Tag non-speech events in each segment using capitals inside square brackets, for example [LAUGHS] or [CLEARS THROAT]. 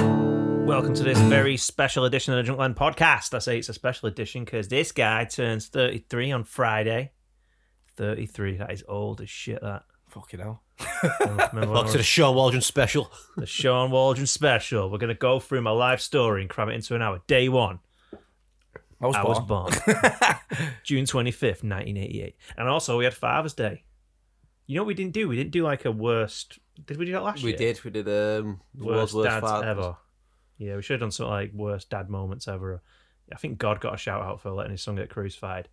welcome to this very special edition of the Junkland podcast. I say it's a special edition because this guy turns 33 on Friday. 33, that is old as shit, that. Fucking hell. I remember when I Welcome was- to the Sean Waldron special. the Sean Waldron special. We're going to go through my life story and cram it into an hour. Day one, I was I was born. born June 25th, 1988. And also, we had Father's Day. You know what we didn't do? We didn't do like a worst. Ddid we do that last We year? did. We did um, the Worst, world's worst dads fathers. ever. Yeah, we should have done something like worst dad moments ever. I think God got a shout out for letting his son get crucified.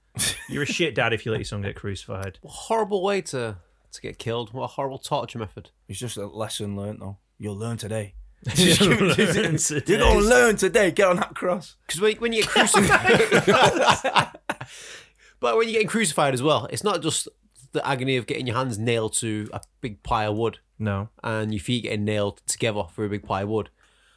You're a shit dad if you let your son get [LAUGHS] crucified. [LAUGHS] What a horrible way to to get killed. What a horrible torture method. It's just a lesson learnt, though. You'll learn [LAUGHS] today. [LAUGHS] You're gonna learn You're today. going to learn today. Get on that cross. Because when, when you get crucified, [LAUGHS] but when you're getting crucified as well, it's not just the agony of getting your hands nailed to a big pile of wood No. and your feet getting nailed together for a big pile of wood.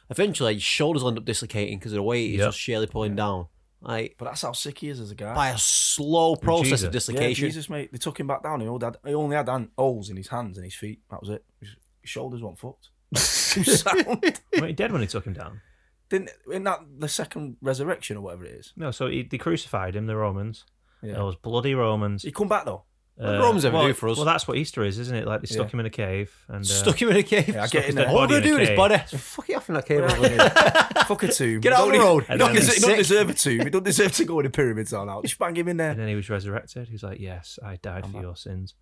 Eventually, your shoulders will end up dislocating because of the weight is Yep. just sheerly pulling down, like But that's how sick he is as a guy. by a slow process Jesus. of yeah, dislocation. Jesus, mate. They took him back down. He, all had, he only had hand, holes in his hands and his feet. That was it. His his shoulders weren't [LAUGHS] fucked. Too sound. Weren't he dead when he took him down? Didn't, isn't that the second resurrection or whatever it is? No, so he, they crucified him, the Romans. Yeah. Those bloody Romans. Uh, He come back, though. What did Romans ever well, do for us? Well, that's what Easter is, isn't it? Like they stuck Yeah. him in a cave and uh, Stuck him in a cave. Yeah, I get in his there. dead All we're gonna body in do a is cave. body. Fuck you off in that cave. over there. [LAUGHS] Fuck a tomb. Get out Don't on the even- road. He And don't, then deserve, he don't sick. deserve a tomb. He don't deserve to go in a pyramid zone out. Just bang him And in there. then he was resurrected. He's like, "Yes, I died for your sins."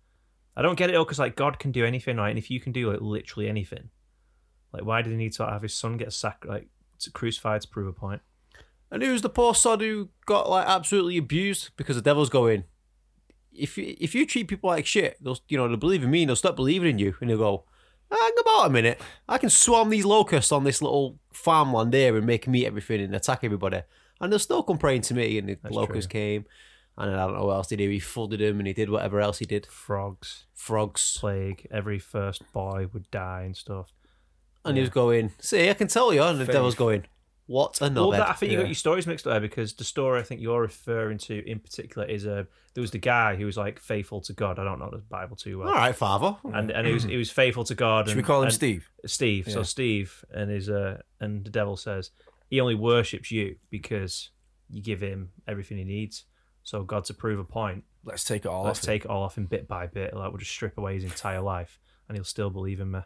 I don't get it all because like God can do anything, right? And if you can do like literally anything, like why did he need to have his son get sac like to- crucified to prove a point? And who's the poor sod who got like absolutely abused because the devil's going? If you if you treat people like shit, they'll you know they'll believe in me and they'll stop believing in you and they'll go, hang about a minute, I can swarm these locusts on this little farmland here and make them eat everything and attack everybody, and they'll still come praying to me. And the That's locusts came, and then I don't know what else they did. He flooded him and he did whatever else he did. Frogs, Frogs, plague. Every first boy would die and stuff. and he was going, see, I can tell you, and the Faith. devil's going, what a well, knobhead. that, I think you Yeah. got your stories mixed up there because the story I think you're referring to in particular is uh, there was the guy who was like faithful to God. I don't know the Bible too well. All right, father. And, and he was he was faithful to God. and, Should we call him and- Steve? Steve. So Yeah. Steve and his uh and the devil says he only worships you because you give him everything he needs. So God to prove a point, Let's take it all let's off. him. take it all off him bit by bit. Like we'll just strip away his entire life, and he'll still believe in me.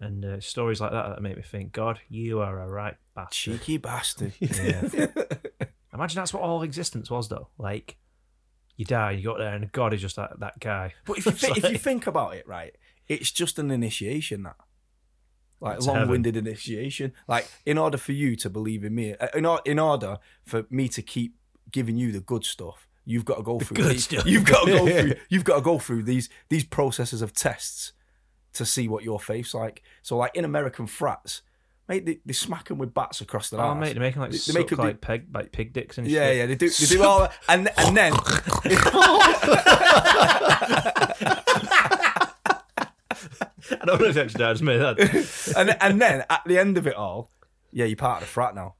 And uh, stories like that that make me think, God, you are a right bastard. [LAUGHS] Cheeky bastard. Imagine that's what all existence was, though. Like you die, you got there, and God is just that that guy. [LAUGHS] But if you, thi- if you Sorry. think about it, right, it's just an initiation that. Like It's long-winded initiation. Like in order for you to believe in me, uh, in, or, in order for me to keep giving you the good stuff, you've got to go through. good these- stuff. You've got [LAUGHS] to go through. You've got to go through these these processes of tests to see what your faith's like. So, like in American frats, mate, they, they smack 'em with bats across the. Oh, mate, they're making like Ah, They- they suck, make him do- like peg like pig dicks and Yeah, shit. yeah, they do. They do all that, and and then [LAUGHS] [LAUGHS] I don't know if actually dad's made that. [LAUGHS] and and then at the end of it all, yeah, you're part of the frat now.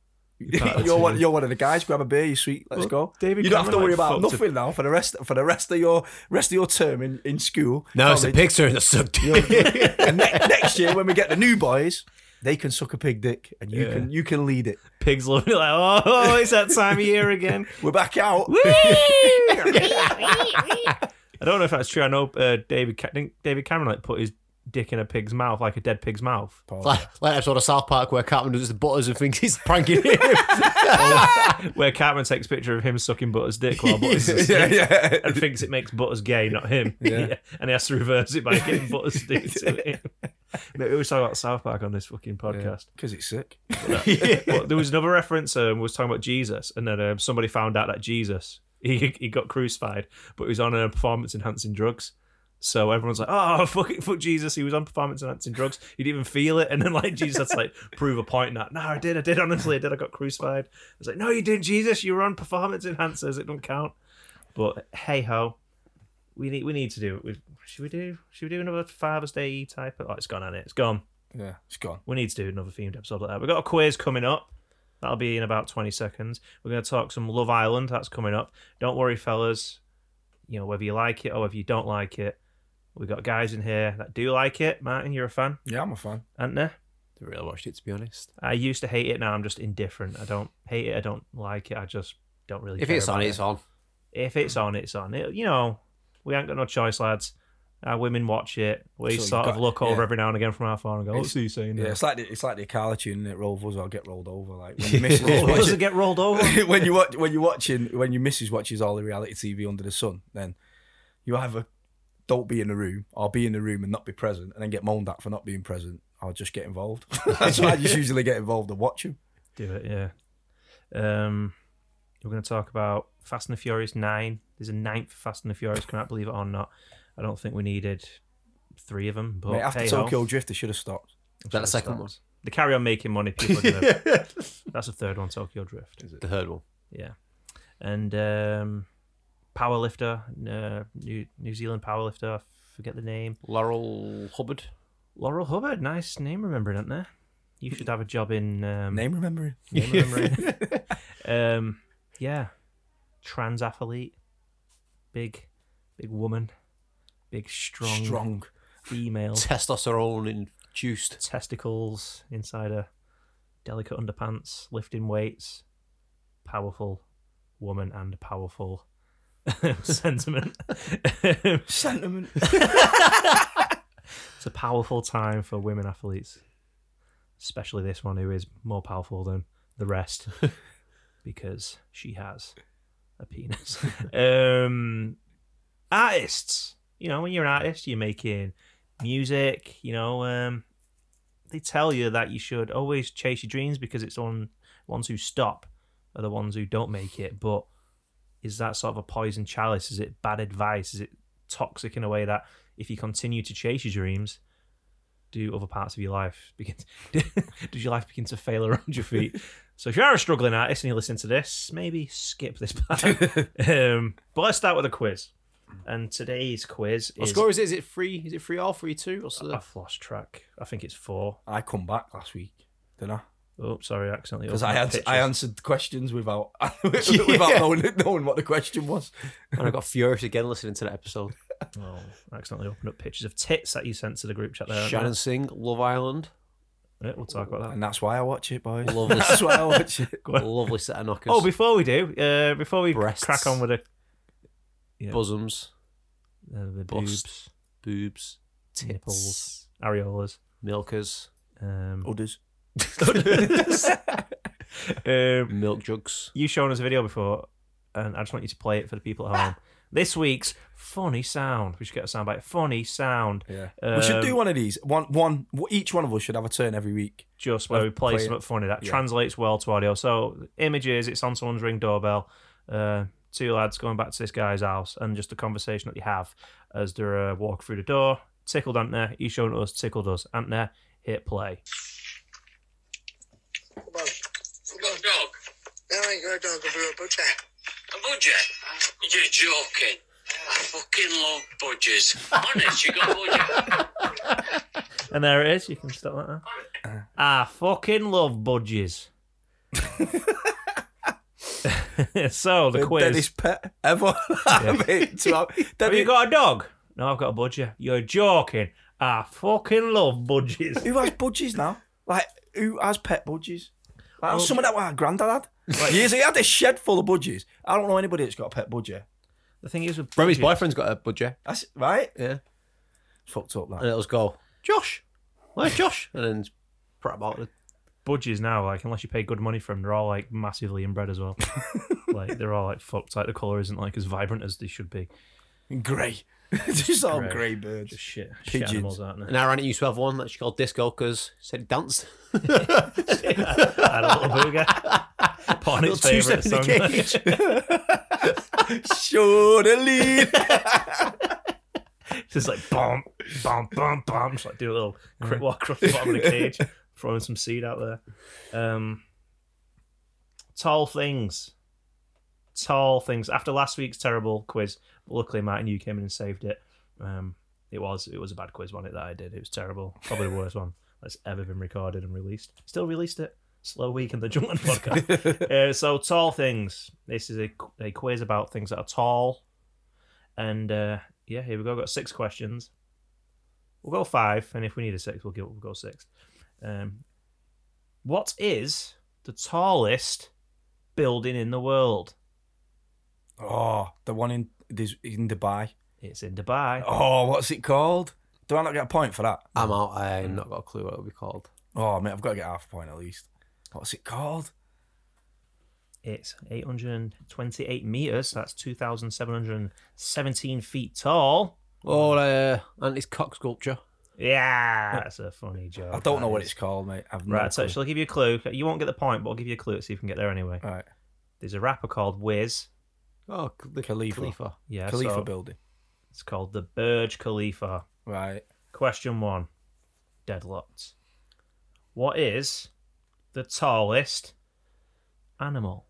part [LAUGHS] of the You're one, team. you're one of the guys. Grab a beer, you sweet. Let's go. David you don't have to Cameron, worry like, about fucked nothing now for the rest for the rest of your rest of your term in, in school. Now it's the College. pig's turn to suck dick. [LAUGHS] And ne- next year when we get the new boys, they can suck a pig dick, and you can you can lead it. Pigs love it. Like, oh, it's that time of year again. We're back out. [LAUGHS] I don't know if that's true. I know uh, David Ca- didn't David Cameron like put his dick in a pig's mouth, like a dead pig's mouth. Pause. like, like episode of South Park where Cartman does the butters and thinks he's pranking [LAUGHS] him. Where Cameron takes a picture of him sucking Butter's dick while [LAUGHS] Butter's [LAUGHS] a yeah, snake yeah. and thinks it makes Butter's gay, not him. [LAUGHS] [LAUGHS] Yeah. And he has to reverse it by [LAUGHS] getting Butter's dick to him. No, we always talk about South Park on this fucking podcast. Because it's sick. But there was another reference. Um, was talking about Jesus, and then um, somebody found out that Jesus [LAUGHS] he he got crucified, but he was on uh, performance enhancing drugs. So everyone's like, "Oh, [LAUGHS] fuck it, fuck Jesus! He was on performance enhancing drugs. He didn't even feel it." And then like Jesus had to like prove a point. That no, I did, I did. Honestly, I did. I got crucified. It's like, no, you didn't, Jesus. You were on performance enhancers. It don't count. But hey ho, we need we need to do it. We- Should we do? Should we do another Father's Day type? Of, oh, it's gone, on it. It's gone Yeah, it's gone. we need to do another themed episode like that. We've got a quiz coming up. That'll be in about 20 seconds. We're going to talk some Love Island. That's coming up. Don't worry, fellas. You know, whether you like it or whether you don't like it, we've got guys in here that do like it. Martin, you're a fan, Yeah, I'm a fan. aren't there? Never really watched it to be honest. I used to hate it. Now I'm just indifferent. I don't hate it. I don't like it. I just don't really. If care it's on, about it's on. If it's on, it's on. It, you know, we ain't got no choice, lads. Our women watch it. We So you sort of got- look over yeah. every now and again from our phone and go, [LAUGHS] "What's he saying?" Yeah, there?" it's like the, it's like the Akala tune that roll us or get rolled over. Like when [LAUGHS] you miss roll Does over. it get rolled over? [LAUGHS] when you watch, when you're watching when your missus watches all the reality TV under the sun, then you either don't be in the room or be in the room and not be present, and then get moaned at for not being present, or just get involved. [LAUGHS] That's why I just usually get involved and watch them. Do it, yeah. Um, we're going to talk about Fast and the Furious 9. There's a ninth Fast and the Furious, can I believe it or not? I don't think we needed three of them, but Mate, after hey-ho. Tokyo Drift, they should have stopped. I'm that the sorry, second one? Stan. They carry on making money. People are [LAUGHS] gonna, that's the third one, Tokyo Drift. The third one. Yeah. And um, Powerlifter, uh, New, New Zealand Powerlifter, I forget the name. Laurel Hubbard. Laurel Hubbard, nice name remembering, isn't there? You should have a job in um, Name remembering. Um, yeah, trans athlete, big, big woman, big strong, Strong. female, Testosterone induced. testicles inside her, delicate underpants, lifting weights, powerful woman and powerful [LAUGHS] sentiment. [LAUGHS] it's Sentiment. a powerful time for women athletes, especially this one who is more powerful than the rest because she has a penis. [LAUGHS] um, artists, you know, when you're an artist, you're making music, you know, um, they tell you that you should always chase your dreams because it's on ones who stop are the ones who don't make it. But is that sort of a poison chalice? Is it bad advice? Is it toxic in a way that if you continue to chase your dreams, do other parts of your life begin? [LAUGHS] does your life begin to fail around your feet? So if you are a struggling artist and you listen to this, maybe skip this part. um, but let's start with a quiz. And today's quiz What is score is it? Is it three? Is it three all, three two? What's the? I've lost track. I think it's four. I come back last week, didn't I? Oh, sorry, I accidentally. Because I, opened up ans- I pictures. answered questions without [LAUGHS] without knowing, knowing what the question was. [LAUGHS] and I got furious again listening to [LAUGHS] that episode. Oh, I accidentally opened up pictures of tits that you sent to the group chat there. Shannon Singh, [LAUGHS] Love Island, Yeah, we'll talk about that. And that's why I watch it, boys. Lovely. That's why I watch it. What? lovely set of knockers. Oh, before we do, uh, before we Breasts. crack on with the, yeah. bosoms, uh, the Bust. boobs, boobs, nipples, areolas. milkers, Um, Others. [LAUGHS] um, milk jugs. you've shown us a video before, and I just want you to play it for the people at [LAUGHS] home. this week's funny sound. We should get a soundbite. Funny sound. Yeah. we should do Um, one of these. One, one. Each one of us should have a turn every week. just where we play, play it. something funny that Yeah. translates well to audio. So images, it's on someone's ring doorbell. Uh, two lads going back to this guy's house, and just a conversation that they have as they're uh, walk through the door. Tickled Antner, he's shown us, tickled us. Antner, hit play. Come on. Come on. dog. No, I ain't got a dog. I've got a budger. A budger? You're joking. I fucking love budgers. Honest, you got a budger. And there it is. You can stop that. Now. Uh, I fucking love budgies. [LAUGHS] so the The quiz. Deadest pet ever. [LAUGHS] Mate, [LAUGHS] to have- Have Deadly- you got a dog? No, I've got a budgie. You're joking. I fucking love budgies. [LAUGHS] who has budgies now? Like who has pet budgies? Oh. Like, some of that my granddad had. Like, years ago, he had a shed full of budgies. I don't know anybody that's got a pet budgie. The thing is with Remy's budgies- boyfriend's got a budget, That's right. yeah, Fucked up and Uh, that. it was go, Josh, where's Josh? And then prat about it. budgies now, like unless you pay good money for them, they're all like massively inbred as [LAUGHS] well. like they're all like fucked. Like the color isn't like as vibrant as they should be. Grey. [LAUGHS] Just all grey. grey birds. Just shit, shit Pigeons. animals, aren't they? And our auntie used to have one that she called Disco because she said dance. [LAUGHS] Had a little booger. [LAUGHS] Upon its Little two-step favorite song. in [LAUGHS] the Show the [LAUGHS] lead. just like bump, bump, bump, bump. Just like do a little crit walk across the bottom of the cage, throwing some seed out there. Um, tall things, tall things. After last week's terrible quiz, luckily Martin, you came in and saved it. Um, it was it was a bad quiz, wasn't it? That I did. It was terrible. Probably the worst one that's ever been recorded and released. Still released it. Slow week in the Junkman podcast. uh, so tall things. This is a, a quiz about things that are tall. And uh, yeah, here we go. got six questions. We'll go five, and if we need a six, we'll, give, we'll go six. Um, What is the tallest building in the world? [LAUGHS] Oh, the one in this in Dubai. It's in Dubai. Oh, what's it called? Do I not get a point for that? [LAUGHS] I'm out. I've not got a clue what it'll be called. Oh, mate, I've got to get half a point at least. What's it called? It's 828 meters. That's 2,717 feet tall. Oh, uh, and it's cock sculpture. Yeah, that's a funny joke. I don't know that what is. it's called, mate. I've no Right, so clue. shall I give you a clue? You won't get the point, but I'll give you a clue to see if you can get there anyway. All right. There's a rapper called Wiz. Oh, the Khalifa. Khalifa. Yeah, Khalifa so building. it's called the Burj Khalifa. Right. Question one, deadlocked. What is the tallest animal?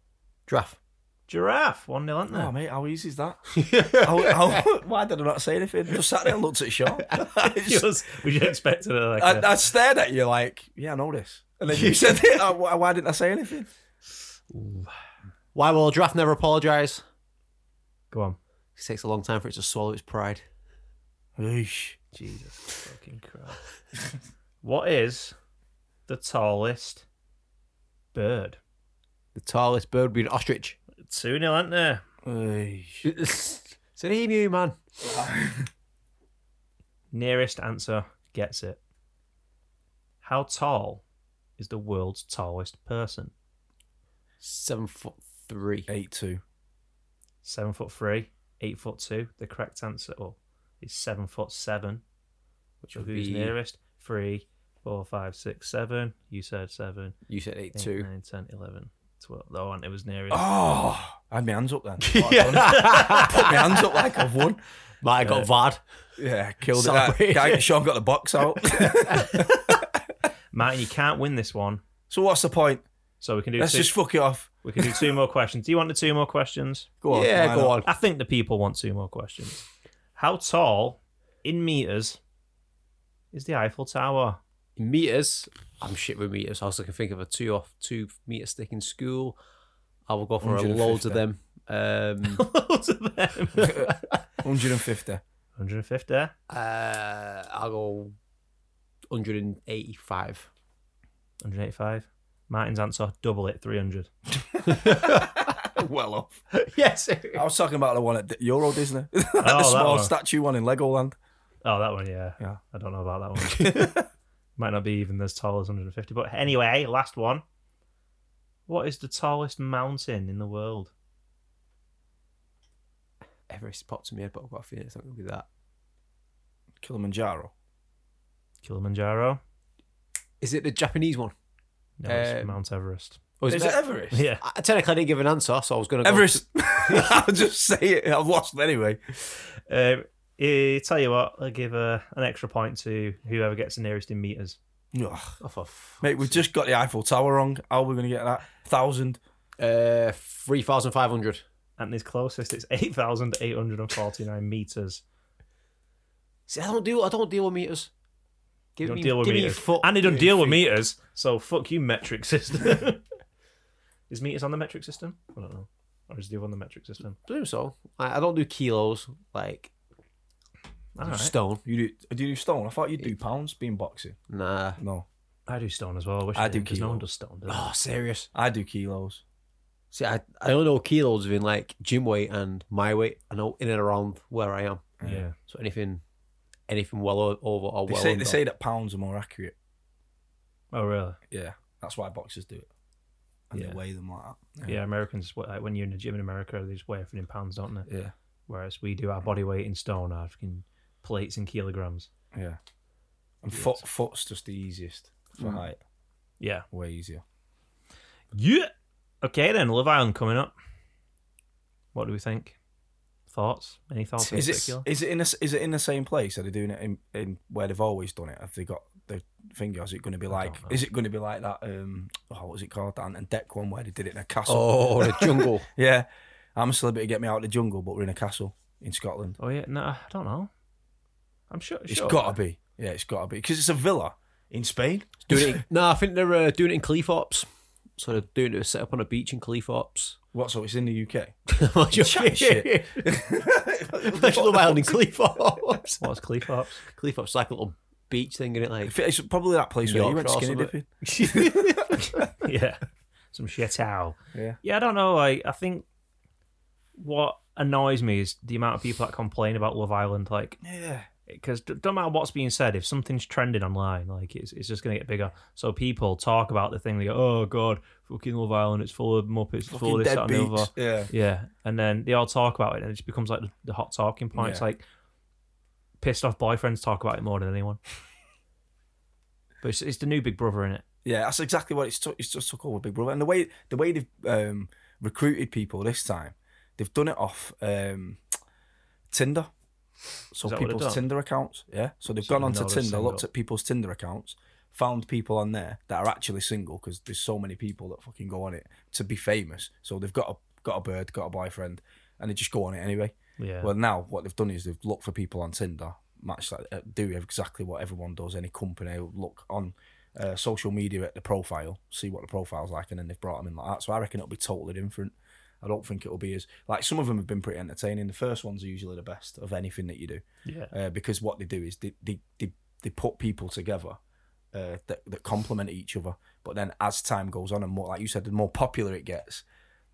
Giraffe. [LAUGHS] Giraffe. One nil, aren't they? [LAUGHS] Oh, mate, how easy is that? how, how, why did I not say anything? Just sat there and looked at [LAUGHS] [LAUGHS] Sean. I, Yours- [LAUGHS] we should expect it. Like a- I stared at you like, yeah, I know this. And [LAUGHS] then you said it. I- Why why didn't I say anything? Why will a giraffe never apologise? Go on. It takes a long time for it to swallow its pride. Eesh. Jesus fucking Christ. [LAUGHS] what is the tallest bird? The tallest bird would be an ostrich. [LAUGHS] Two nil, aren't there? Eesh. it's an emu, man. Nearest answer gets it. How tall is the world's tallest person? Seven foot three. 8 2. Seven foot three, eight foot two. The correct answer well, is seven foot seven. Which So would who's be- nearest? Three, four, five, six, seven. You said seven. You said eight eight, two. nine, 10, 11, 12. That one, it was nearest. Oh, I had my [LAUGHS] hands up then. What I've done. Yeah. Put my hands up like I've won. Might have got Yeah, killed Celebrate. it. Guy, Sean got the box out. Martin, you can't win this one. so what's the point? So we can do Let's two, just fuck it off. we can do two more questions. Do you want the two more questions? Go VAD. on. Yeah, why go not? on. I think the people want two more questions. How tall in meters is the Eiffel Tower? [LAUGHS] In meters, I'm shit with meters. I was like, I can think of a two off two meter stick in school. I will go for a loads of them. Um, [LAUGHS] Loads of them. 150. 150. uh, I'll go 185. 185. Martin's answer, double it, 300. well off. yes. I was talking about the one at D- Euro Disney. [LAUGHS] Oh, the that small one. statue one in Legoland. Oh, that one, yeah. Yeah. I don't know about that one. [LAUGHS] Might not be even as tall as 150. But anyway, last one. What is the tallest mountain in the world? [LAUGHS] Everest popped in my head, but I've got a feeling it's not going to be that. Kilimanjaro. Kilimanjaro? Is it the Japanese one? No, it's Um, Mount Everest. [LAUGHS] Or Is it Everest? Yeah. I, technically, I didn't give an answer, so I was going to go. Everest. [LAUGHS] I'll just say it. I've lost anyway. Um, eh, tell you what, I'll give uh, an extra point to whoever gets the nearest in meters. Ugh. Oh, for f- Mate, we've just got the Eiffel Tower wrong. How are we going to get that? Thousand. Uh, 3,500. Anthony's closest, it's 8,849 meters. See, I don't deal. I don't deal with meters. You Give don't me, deal with give meters. me foot. and they don't give deal with feet. meters, so fuck you, metric system. [LAUGHS] is meters on the metric system? I don't know. Or is it on the metric system? I do so. I, I don't do kilos like All right. stone. You do, do you do stone? I thought you'd do pounds being boxing. Nah. No. I do stone as well. I wish I I do do because no kilo. one does stone. Does Oh, serious. I do kilos. See, I, I don't know kilos in like gym weight and my weight. I know in and around where I am. it? Yeah. So anything, anything well o- over or They, well say, under. they say that pounds are more accurate. Oh really? Yeah. That's why boxers do it. And Yeah. they weigh them like that. Yeah. Americans, like when you're in the gym in America, they just weigh everything in pounds, don't they? Yeah. Whereas we do our body weight in stone, our fucking plates in kilograms. Yeah. And foot, foot's just the easiest for Mm. height. Yeah. Way easier. Yeah. Okay then, Love Island coming up. What do we think? Thoughts? Any thoughts in Is it particular? is it in the, is it in the same place? Are they doing it in, in where they've always done it? Have they got the thing? Or is it going to be like don't know. is it going to be like that? Um, oh, what was it called? That Ant and Deck one where they did it in a castle. Oh, the [LAUGHS] jungle. Yeah, I'm a celebrity. Get me out of the jungle, but we're in a castle in Scotland. Oh yeah, no, I don't know. I'm sure. It's sure. got to be. Yeah, it's got to be because it's a villa in Spain. doing it. No, I think they're uh, doing it in Cleethorpes. So they're doing it set up on a beach in [LAUGHS] Cleethorpes. What? So it's in the UK. Chat Shit. [LAUGHS] shit. Love Island in Cleethorpes. [LAUGHS] What's Cleethorpes? [LAUGHS] Cleethorpes is like a little beach thing in it, like It's probably that place where you went Yorkshire or skinny something. dipping. [LAUGHS] yeah, some shit out. Yeah. yeah. I don't know. Like, I think what annoys me is the amount of people that complain about Love Island. Like, Yeah. because don't matter what's being said, if something's trending online, like it's, it's just going to get bigger. So people talk about the thing. They go, "Oh God, fucking Love Island! It's full of Muppets, it's full of this, that, and the other." deadbeats. Yeah. Yeah, and then they all talk about it, and it just becomes like the, the hot talking point. It's Yeah. like pissed off boyfriends talk about it more than [LAUGHS] anyone. but it's, it's the new Big Brother in it. Yeah, that's exactly what it's took. It's just took over Big Brother, and the way the way they've um, recruited people this time, they've done it off um, Tinder. So Is that what they've people's done? Tinder accounts, yeah. So they've So gone you onto know they're Tinder, looked single. at people's Tinder accounts, found people on there that are actually single because there's so many people that fucking go on it to be famous. So they've got a got a bird, got a boyfriend, and they just go on it anyway. Yeah, Well, now what they've done is they've looked for people on Tinder, match that uh, do exactly what everyone does. Any company will look on uh, social media at the profile, see what the profile's like, and then they've brought them in like that. So I reckon it'll be totally different. I don't think it'll be as like some of them have been pretty entertaining. The first ones are usually the best of anything that you do yeah, uh, because what they do is they they, they, they put people together uh, that that complement each other. But then as time goes on and more, like you said, the more popular it gets,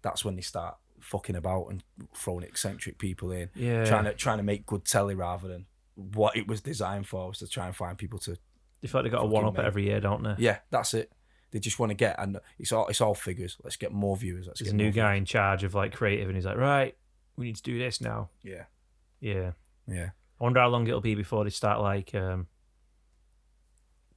that's when they start fucking about and throwing eccentric people in, yeah. trying to trying to make good telly rather than what it was designed for was to try and find people to they feel like they got a Fucking one up mate. every year, don't they? yeah that's it. They just want to get and it's all it's all figures. Let's get more viewers. Let's There's get a new more guy in charge of like creative, and he's like, right, we need to do this now. viewers." Yeah, Yeah. yeah. I wonder how long it'll be before they start like um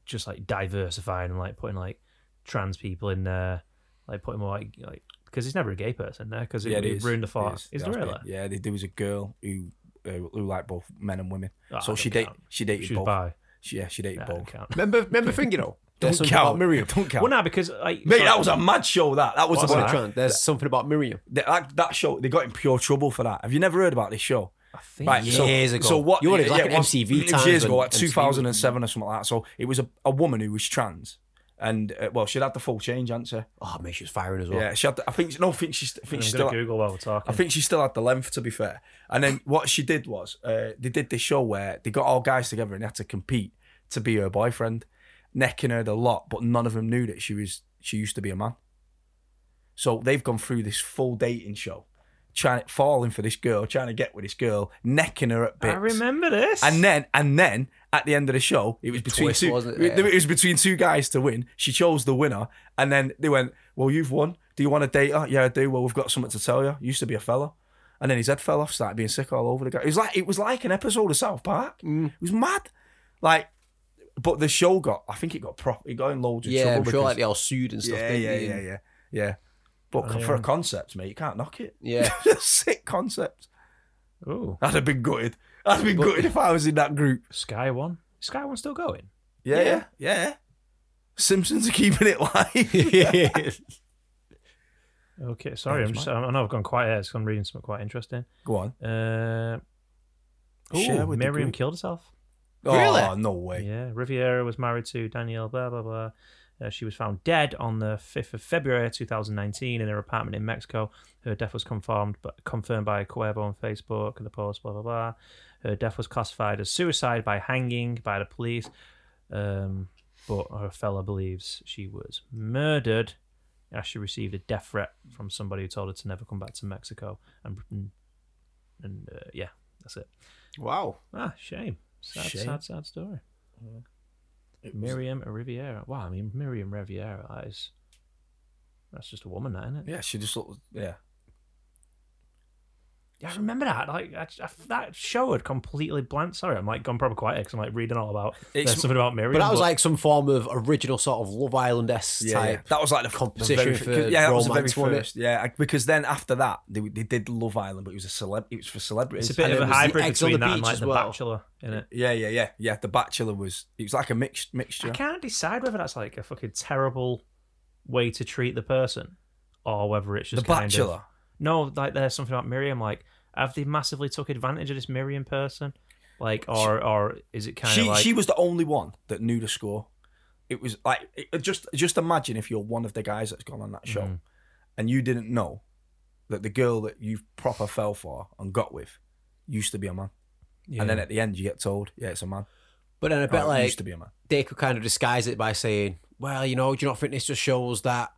just like diversifying and like putting like trans people in there, like putting more like like because there's never a gay person there because it, yeah, would it is. ruined the It thought. Is, It there has really? been. Yeah, they- there was a girl who uh, who liked both men and women. Ah, so don't she date count. she dated She's both. bi. She, yeah, she dated Nah, both. don't count. remember remember thing you know. Don't There's something count, about Miriam. Don't [LAUGHS] count. Well, no, because like Mate, so- that was a mad show. That that was What's the that? one. Trent, There's something about Miriam. That, that show they got in pure trouble for that. Have you never heard about this show? I think so- years ago. So what? You wanted, like, it an was- MTV it was times years ago, when like MTV 2007 or something like that. So it was a, a woman who was trans, and uh, well, she'd had the full change answer. Oh mate, she was firing as well. Yeah, she had. The, I think no, I think she, I I'm think she gonna still. Google while we're I talking. think she still had the length, to be fair. And then what she did was uh, they did this show where they got all guys together and they had to compete to be her boyfriend, necking her a lot, but none of them knew that she was she used to be a man. So they've gone through this full dating show, trying falling for this girl, trying to get with this girl, necking her at bits. I remember this. And then, and then at the end of the show, it was between twist, two. wasn't it? it? was between two guys to win. She chose the winner, and then they went, "Well, you've won. Do you want to date her? Yeah, I do. Well, we've got something to tell you. Used to be a fella." And then his head fell off, started being sick all over the guy. It was like it was like an episode of South Park. Mm. It was mad, like. But the show got, I think it got prop, it got in loads of Yeah, trouble. I'm sure like because- they all sued and stuff. yeah, didn't yeah, they? yeah, And- Um, yeah, yeah. But Oh, for a yeah. concept, mate, you can't knock it. [LAUGHS] Yeah. sick concept. oh, I'd have been gutted. I'd have been gutted if I was in that group. Sky One. Is Sky One's still going. Yeah, yeah, yeah. Simpsons are keeping it live. [LAUGHS] Okay, sorry, I'm was just, I know I've gone quiet. It's 'cause I'm reading something quite interesting. Go on. Uh, Share oh, with the Miriam group. killed herself. Oh, Really? no way. Yeah, Riviera was married to Danielle, blah, blah, blah. Uh, she was found dead on the 5th of February 2019 in her apartment in Mexico. Her death was confirmed, but confirmed by Cuervo on Facebook and the post, blah, blah, blah. Her death was classified as suicide by hanging by the police, um, but her fella believes she was murdered as she received a death threat from somebody who told her to never come back to Mexico. And, and uh, yeah, that's it. Wow. Ah, shame. Sad, Shame. sad, sad story. It was- Miriam Riviera. Wow, I mean Miriam Riviera. That is, that's just a woman, that, isn't it? Yeah, she just looked. Yeah. Yeah, I remember that. Like I, I, that show had completely blanked. Sorry, I'm like gone proper quiet because I'm like reading all about It's- there's something about Miriam. But that was like some form of original sort of Love Island esque Yeah, yeah. type. That was like the very- competition for yeah, that was the very romance, wasn't it? first. Yeah, I- because then after that, they, they did Love Island, but it was a celeb. It was for celebrities. it's a bit and of it a was the hybrid eggs on between the that and beach like as The well. Bachelor, in it. yeah, yeah, yeah, yeah. The Bachelor was. It was like a mixed mixture. I can't decide whether that's like a fucking terrible way to treat the person, or whether it's the just kind of- Bachelor. no, like there's something about Miriam. Like have they massively took advantage of this Miriam person? Like, or or is it kind she of like she was the only one that knew the score. It was like it, just just imagine if you're one of the guys that's gone on that show, Mhm. Mm-hmm. and you didn't know that the girl that you proper fell for and got with used to be a man, Yeah. and then at the end you get told, yeah, it's a man. But then a bit Oh, it like used to be a man. they could kind of disguise it by saying, "Well, you know, do you not think this just shows that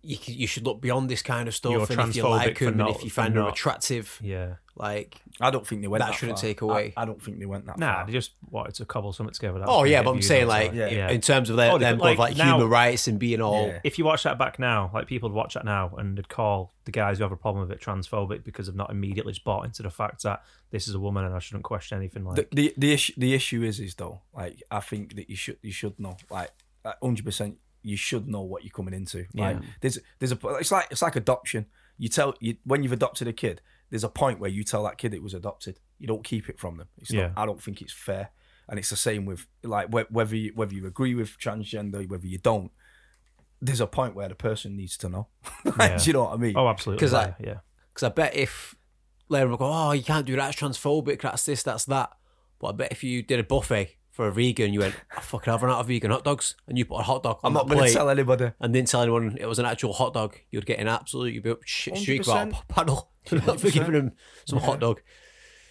you c you should look beyond this kind of stuff You're and if you transphobic like for them and not- if you find for them not- attractive, Yeah. like I don't think they went. That That, shouldn't far. take away. I, I don't think they went that. Nah, far. they just wanted to cobble something together. That oh was yeah, gonna but I'm get views saying on, like so- Yeah. in terms of their, Oh, they them could, of like like, now- human rights and being all Yeah. If you watch that back now, like people would watch that now and they'd call the guys who have a problem with it transphobic because they've not immediately just bought into the fact that this is a woman and I shouldn't question anything like. the, the the issue the issue is is though like I think that you should you should know like hundred percent you should know what you're coming into. Like there's there's a it's like it's like adoption. You tell you when you've adopted a kid, there's a point where you tell that kid it was adopted. You don't keep it from them. It's Yeah. not, I don't think it's fair. And it's the same with like whe- whether you, whether you agree with transgender, whether you don't. There's a point where the person needs to know. [LAUGHS] Like, Yeah. Do you know what I mean? oh, absolutely. 'Cause I- yeah, yeah. because I bet if Larry would go, oh, you can't do that, it's transphobic, that's this, that's that. But I bet if you did a buffet for a vegan, you went, I fucking have run out of vegan hot dogs, and you put a hot dog on I'm the not going to plate tell anybody. and didn't tell anyone it was an actual hot dog, you'd get an absolute you'd be up shit streak about 100%. a paddle [LAUGHS] for not for giving him some [LAUGHS] hot dog.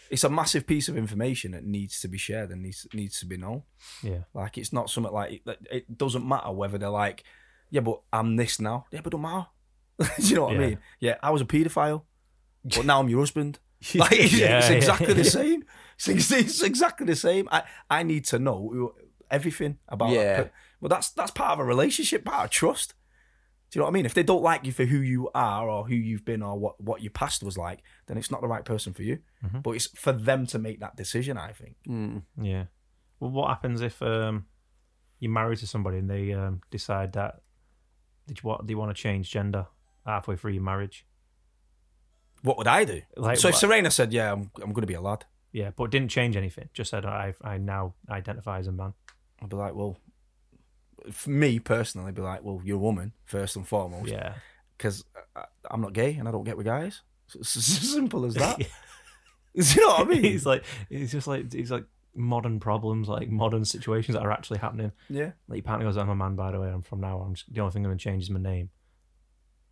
It's a massive piece of information that needs to be shared and needs needs to be known. Yeah. Like it's not something like it, it doesn't matter whether they're like, yeah, but I'm this now. Yeah, but it don't matter. [LAUGHS] Do you know what I Yeah. mean? Yeah, I was a paedophile, but now I'm [LAUGHS] your husband. Like it's, Yeah, it's yeah, exactly the yeah. same. It's, ex- it's exactly the same. I, I need to know who- everything about. that Yeah. per- Well, that's that's part of a relationship, part of trust. Do you know what I mean? If they don't like you for who you are or who you've been or what, what your past was like, then it's not the right person for you. Mm-hmm. But it's for them to make that decision, I think. Yeah. Well, what happens if um, you're married to somebody and they um, decide that did you want, they want to change gender halfway through your marriage? What would I do? Like so if what? Serena said, "Yeah, I'm, I'm going to be a lad," Yeah, but didn't change anything. Just said I I now identify as a man. I'd be like, "Well, for me personally, I'd be like, well, you're a woman first and foremost, Yeah. because I'm not gay and I don't get with guys. [LAUGHS] It's as simple [LAUGHS] as that. [LAUGHS] you know what I mean? It's like it's just like it's like modern problems, like modern situations that are actually happening. yeah, Like your partner goes, "I'm a man, by the way. I'm from now. on. I'm just, the only thing I'm going to change is my name.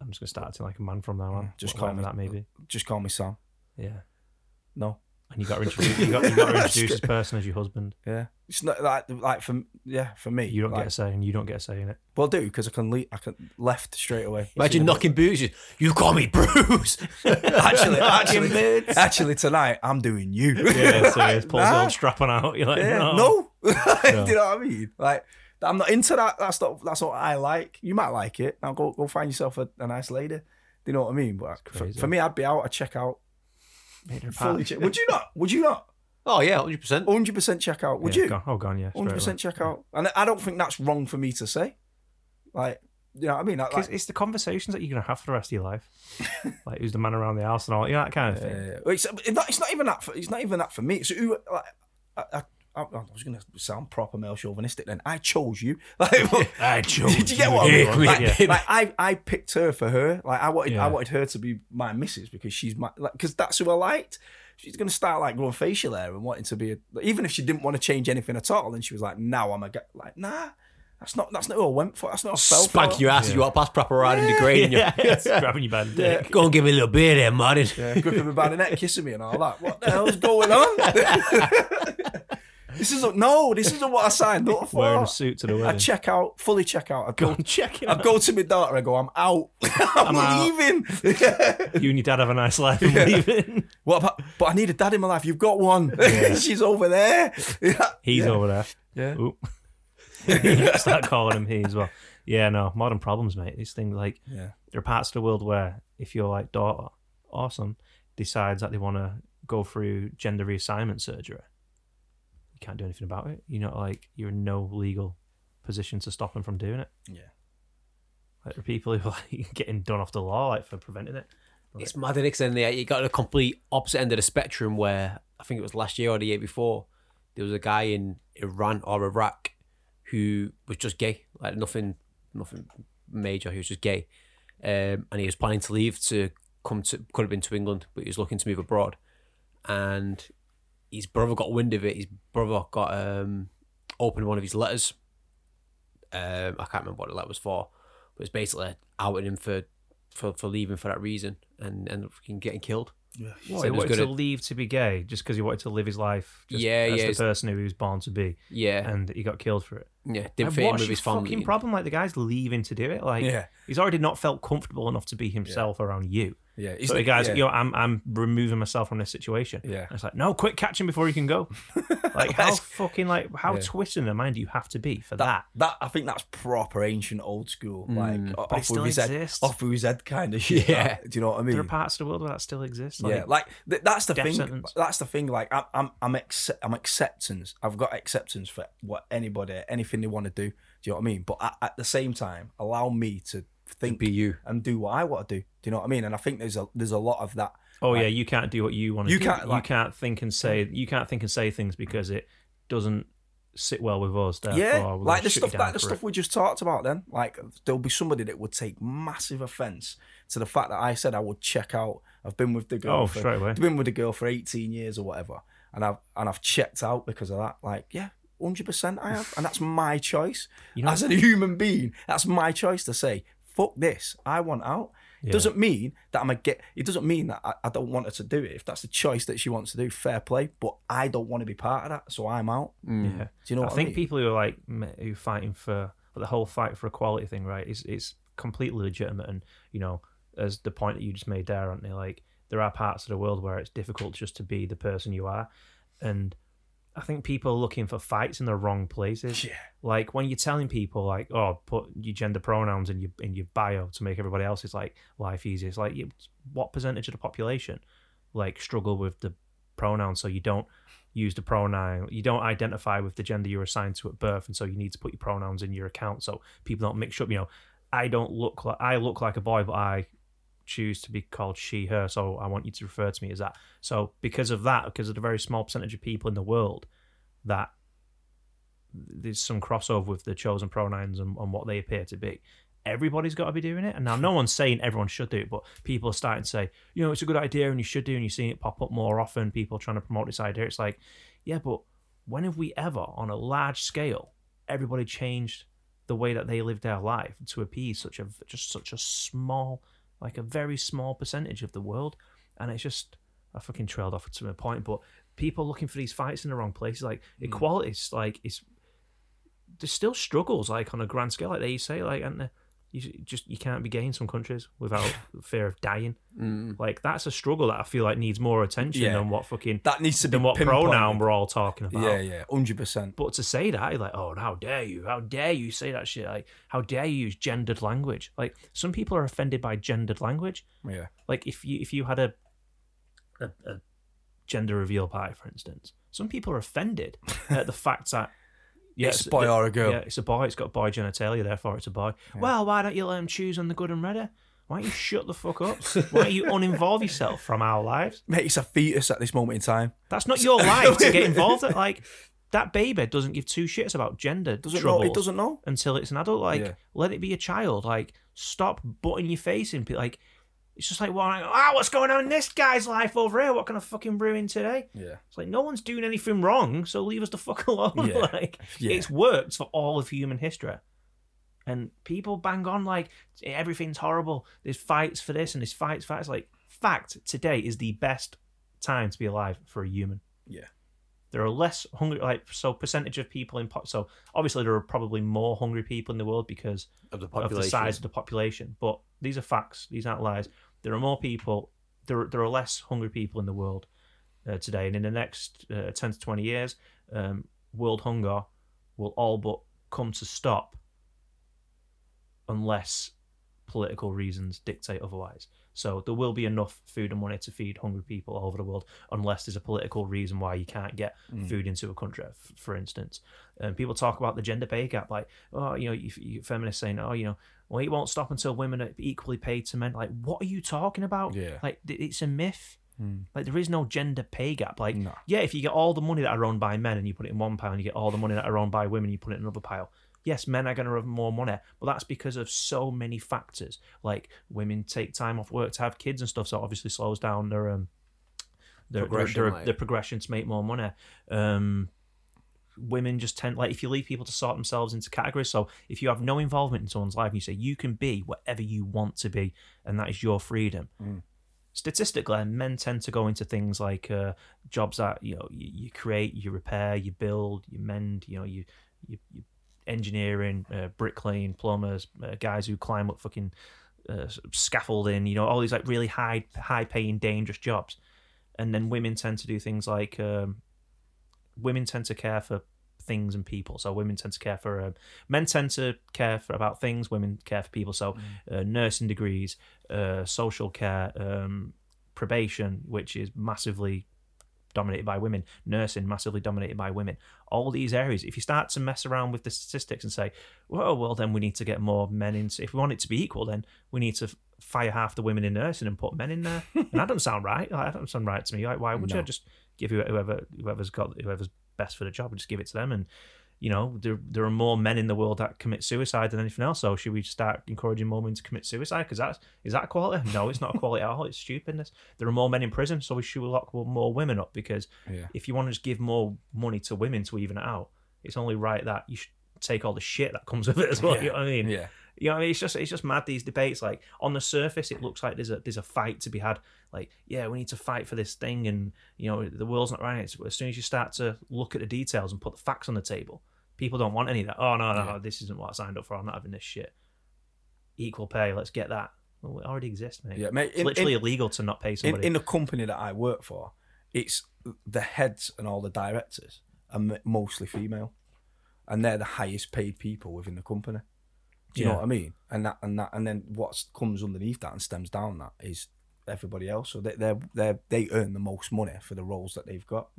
I'm just going to start acting like a man from now on. Just Whatever call me- that, maybe. just call me Sam. Yeah. No, And [LAUGHS] you got to introduce you got, you got to introduce this person as your husband. yeah, it's not like like for yeah for me. You don't like, get a say, and you don't get a say in it. Well, I do because I can le- I can left straight away. Imagine knocking boots, you, you call me [LAUGHS] Bruce. [LAUGHS] [LAUGHS] actually, Knocking actually, boots. actually tonight I'm doing you. [LAUGHS] Yeah, [LAUGHS] serious. [LAUGHS] Pulls the Nah. old strap on out. You're like, Yeah, no. no. [LAUGHS] Do you know what I mean? Like, I'm not into that. That's not. That's what I like. You might like it. Now go go find yourself a, a nice lady. Do you know what I mean? But for, crazy. for me, I'd be out. I check out. Peter Fully Pan. check. Would you not? Would you not? [LAUGHS] oh yeah, hundred percent. 100% check out. Would yeah, you? Gone. Oh, gone. Yeah. straight away. 100% check out. And I don't think that's wrong for me to say. Like, you know what I mean? Like, 'Cause it's the conversations that you're gonna have for the rest of your [LAUGHS] life. like who's the man around the house and all, you know that kind of thing. uh, it's, it's not, it's not even that. For, it's not even that for me. It's who. Like, I, I, I, I was going to sound proper male chauvinistic. Then I chose you. [LAUGHS] Like, I chose. Did Ah, you get what I mean? Yeah, Like, yeah. like, I, I picked her for her. Like I wanted, Yeah. I wanted her to be my missus because she's my, because that's who I liked. She's gonna start like growing facial hair and wanting to be, a, like, even if she didn't want to change anything at all, and she was like, "Now I'm a guy." Like, nah, that's not, that's not who I went for. That's not who I fell Spank for. your ass if you walk past Proper and degrading you. yeah, [LAUGHS] it's grabbing you by the dick. Go and give me a little beer there, Martin. Yeah, gripping me by the neck, kissing me, and all that. What the hell's [LAUGHS] going on? [LAUGHS] this isn't no. This isn't what I signed up for. Wearing a suit to the I wedding. check out, fully check out. I Go go, and check it I out. go to my daughter. I go, I'm out. [LAUGHS] I'm, leaving. [LAUGHS] You and your dad have a nice life and leaving. [LAUGHS] What about? But I need a dad in my life. You've got one. [LAUGHS] She's [LAUGHS] over there. Yeah. He's over there. Yeah. Ooh. You [LAUGHS] Start calling him he as well. Yeah, no, modern problems, mate. These things like Yeah. there are parts of the world where if your like daughter or son decides that they want to go through gender reassignment surgery, you can't do anything about it. You're not like you're in no legal position to stop them from doing it. Yeah. Like there are people who [LAUGHS] are like getting done off the law like for preventing it. It's mad, isn't it? 'Cause then they- you got the complete opposite end of the spectrum where I think it was last year or the year before, there was a guy in Iran or Iraq who was just gay, like nothing, nothing major. He was just gay, um, and he was planning to leave to come to could have been to England, but he was looking to move abroad. And his brother got wind of it. His brother got um, opened one of his letters. Um, I can't remember what the letter was for, but it's basically outing him for for, for leaving for that reason and and fucking getting killed. What, said he he was wanted to gonna- leave to be gay just because he wanted to live his life just Yeah, as yeah, the it's- person who he was born to be, Yeah, and he got killed for it. yeah. Didn't Like, fit in what's with his your family. fucking problem? Like the guy's leaving to do it. Like Yeah. he's already not felt comfortable enough to be himself around you. Yeah, he's So the guy's, yeah. you know, I'm I'm removing myself from this situation. Yeah. And it's like, no, quit catching before you can [LAUGHS] go. like how fucking like how Yeah. twisted in the mind do you have to be for that? that, that I think that's proper ancient old school, like off Mm. it with still his exists. head, off with his head kind of shit. Yeah. that. do you know what I mean? There are parts of the world where that still exists. Like, yeah, like th- that's the death thing. sentence. That's the thing. Like I'm, I'm, I'm, accept- I'm acceptance. I've got acceptance for what anybody, anything they want to do. Do you know what I mean? But at, at the same time, allow me to think Be you. and do what I want to do. Do you know what I mean? And I think there's a, there's a lot of that. oh yeah, you can't do what you want to You do. can't, like- you can't think and say you can't think and say things because it doesn't sit well with us. Therefore, yeah, oh, we're like gonna the shut you stuff, down like the for stuff it. we just talked about. Then, like there'll be somebody that would take massive offence to the fact that I said I would check out. I've been with the girl. Oh, for- straight away. I've been with a girl for 18 years or whatever, and I've and I've checked out because of that. Like, yeah, 100 percent I have, and that's my choice. know- As a human being, that's my choice to say, fuck this, I want out. It Doesn't mean that I'm a get. It doesn't mean that I, I don't want her to do it. If that's the choice that she wants to do, fair play. But I don't want to be part of that, so I'm out. Mm. Yeah. Do you know I what I think mean? people who are like m- who are fighting for but the whole fight for equality thing, right? Is it's completely legitimate, and you know, as the point that you just made there, aren't they? Like there are parts of the world where it's difficult just to be the person you are, and I think people are looking for fights in the wrong places. Yeah. Like when you're telling people, like, oh, put your gender pronouns in your in your bio to make everybody else's like life easier. It's like, you, what percentage of the population like struggle with the pronoun, so you don't use the pronoun, you don't identify with the gender you're assigned to at birth, and so you need to put your pronouns in your account so people don't mix up. You know, I don't look like I look like a boy, but I choose to be called she, her, so I want you to refer to me as that. So because of that, because of the very small percentage of people in the world that there's some crossover with the chosen pronouns and, and what they appear to be. Everybody's got to be doing it. And now, no one's saying everyone should do it, but people are starting to say, you know, it's a good idea and you should do, and you're seeing it pop up more often. People trying to promote this idea. It's like, yeah, but when have we ever, on a large scale, everybody changed the way that they lived their life to appease such a just such a small, like a very small percentage of the world? And it's just, I fucking trailed off to my point, but people looking for these fights in the wrong places, like equality, is like it's there's still struggles like on a grand scale like there you say like and you just you can't be gay in some countries [LAUGHS] without fear of dying Mm. like that's a struggle that i feel like needs more attention Yeah. than what fucking That needs to be than what pinpointed. pronoun we're all talking about Yeah, yeah, hundred percent. but to say that you're like oh how dare you how dare you say that shit like how dare you use gendered language like some people are offended by gendered language Yeah, like if you if you had a a, a gender reveal party for instance some people are offended at the fact [LAUGHS] that It's a boy th- or a girl. yeah it's a boy it's got boy genitalia therefore it's a boy well why don't you let him choose on the good and redder why don't you shut the fuck up why don't you uninvolve yourself from our lives mate, it's a fetus at this moment in time. that's not [LAUGHS] your life to get involved in like that baby doesn't give two shits about gender Doesn't trouble know. It doesn't know. until it's an adult. Like, Yeah. let it be a child. Like, stop butting your face in. pe- Like, it's just like, well, like, ah, what's going on in this guy's life over here? What can I fucking ruin today? Yeah, It's like no one's doing anything wrong, so leave us the fuck [LAUGHS] alone. Yeah. like, Yeah. it's worked for all of human history. And people bang on like everything's horrible. There's fights for this and there's fights, fights. Like, fact, today is the best time to be alive for a human yeah, there are less hungry like so percentage of people in po- so obviously there are probably more hungry people in the world because Of the of the size of the population but these are facts these aren't lies there are more people there are, there are less hungry people in the world uh, today and in the next uh, 10 to 20 years um, world hunger will all but come to stop unless political reasons dictate otherwise. So there will be enough food and money to feed hungry people all over the world, unless there's a political reason why you can't get food into a country, f- for instance. And people talk about the gender pay gap, like, oh, you know, you, you feminists saying, oh, you know, well, it won't stop until women are equally paid to men. Like, what are you talking about? Yeah. Hmm. Like, th- it's a myth. Like, there is no gender pay gap. Like, No. yeah, if you get all the money that are owned by men and you put it in one pile, and you get all the money that are owned by women and you put it in another pile. Yes, men are going to have more money, but that's because of so many factors. Like women take time off work to have kids and stuff, so it obviously slows down their um their Progression, their, their, like. their progression to make more money. Um, women just tend like if you leave people to sort themselves into categories. So if you have no Mm. involvement in someone's life and you say you can be whatever you want to be and that is your freedom, statistically, men tend to go into things like uh, jobs that you know you, you create, you repair, you build, you mend. You know, you you, you engineering, uh, bricklaying, plumbers, uh, guys who climb up fucking uh, scaffolding. You know, all these like really high high paying, dangerous jobs. And then women tend to do things like um, women tend to care for things and people. So women tend to care for um, men tend to care for about things. Women care for people. So uh, nursing degrees, uh, social care, um, probation, which is massively dominated by women. Nursing massively dominated by women. All these areas. If you start to mess around with the statistics and say, well, well, then we need to get more men in. If we want it to be equal, then we need to f- fire half the women in nursing and put men in there. and that doesn't sound right. Like, that doesn't sound right to me. Like, why would you just give you whoever whoever's got whoever's best for the job and just give it to them and you know there, there are more men in the world that commit suicide than anything else so should we start encouraging more women to commit suicide because that's is that quality no it's not quality at all it's stupidness there are more men in prison so we should lock more women up because Yeah. if you want to just give more money to women to even it out it's only right that you should take all the shit that comes with it as well you know what i mean Yeah. you know, what I mean, it's just it's just mad these debates. Like on the surface, it looks like there's a there's a fight to be had. Like, yeah, we need to fight for this thing, and you know, the world's not right. It's, as soon as you start to look at the details and put the facts on the table, people don't want any of that. Oh no, no, no, this isn't what I signed up for. I'm not having this shit. Equal pay, let's get that. Well, it already exists, mate. Yeah, mate, it's in- literally in- illegal to not pay in, somebody. in the company that I work for, it's the heads and all the directors are m- mostly female, and they're the highest paid people within the company. Do you Yeah. know what I mean? And that and that and then what comes underneath that and stems down that is everybody else. So they they they they earn the most money for the roles that they've got.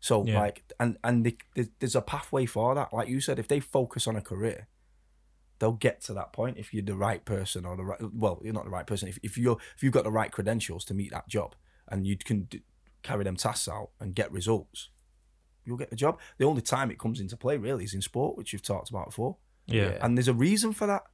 So Yeah. like and and they, there's- there's a pathway for that. Like you said, if they focus on a career, they'll get to that point if you're the right person or the right well you're not the right person if, if you're if you've got the right credentials to meet that job and you can d- carry them tasks out and get results you'll get the job the only time it comes into play really is in sport which you've talked about before yeah, and there's a reason for that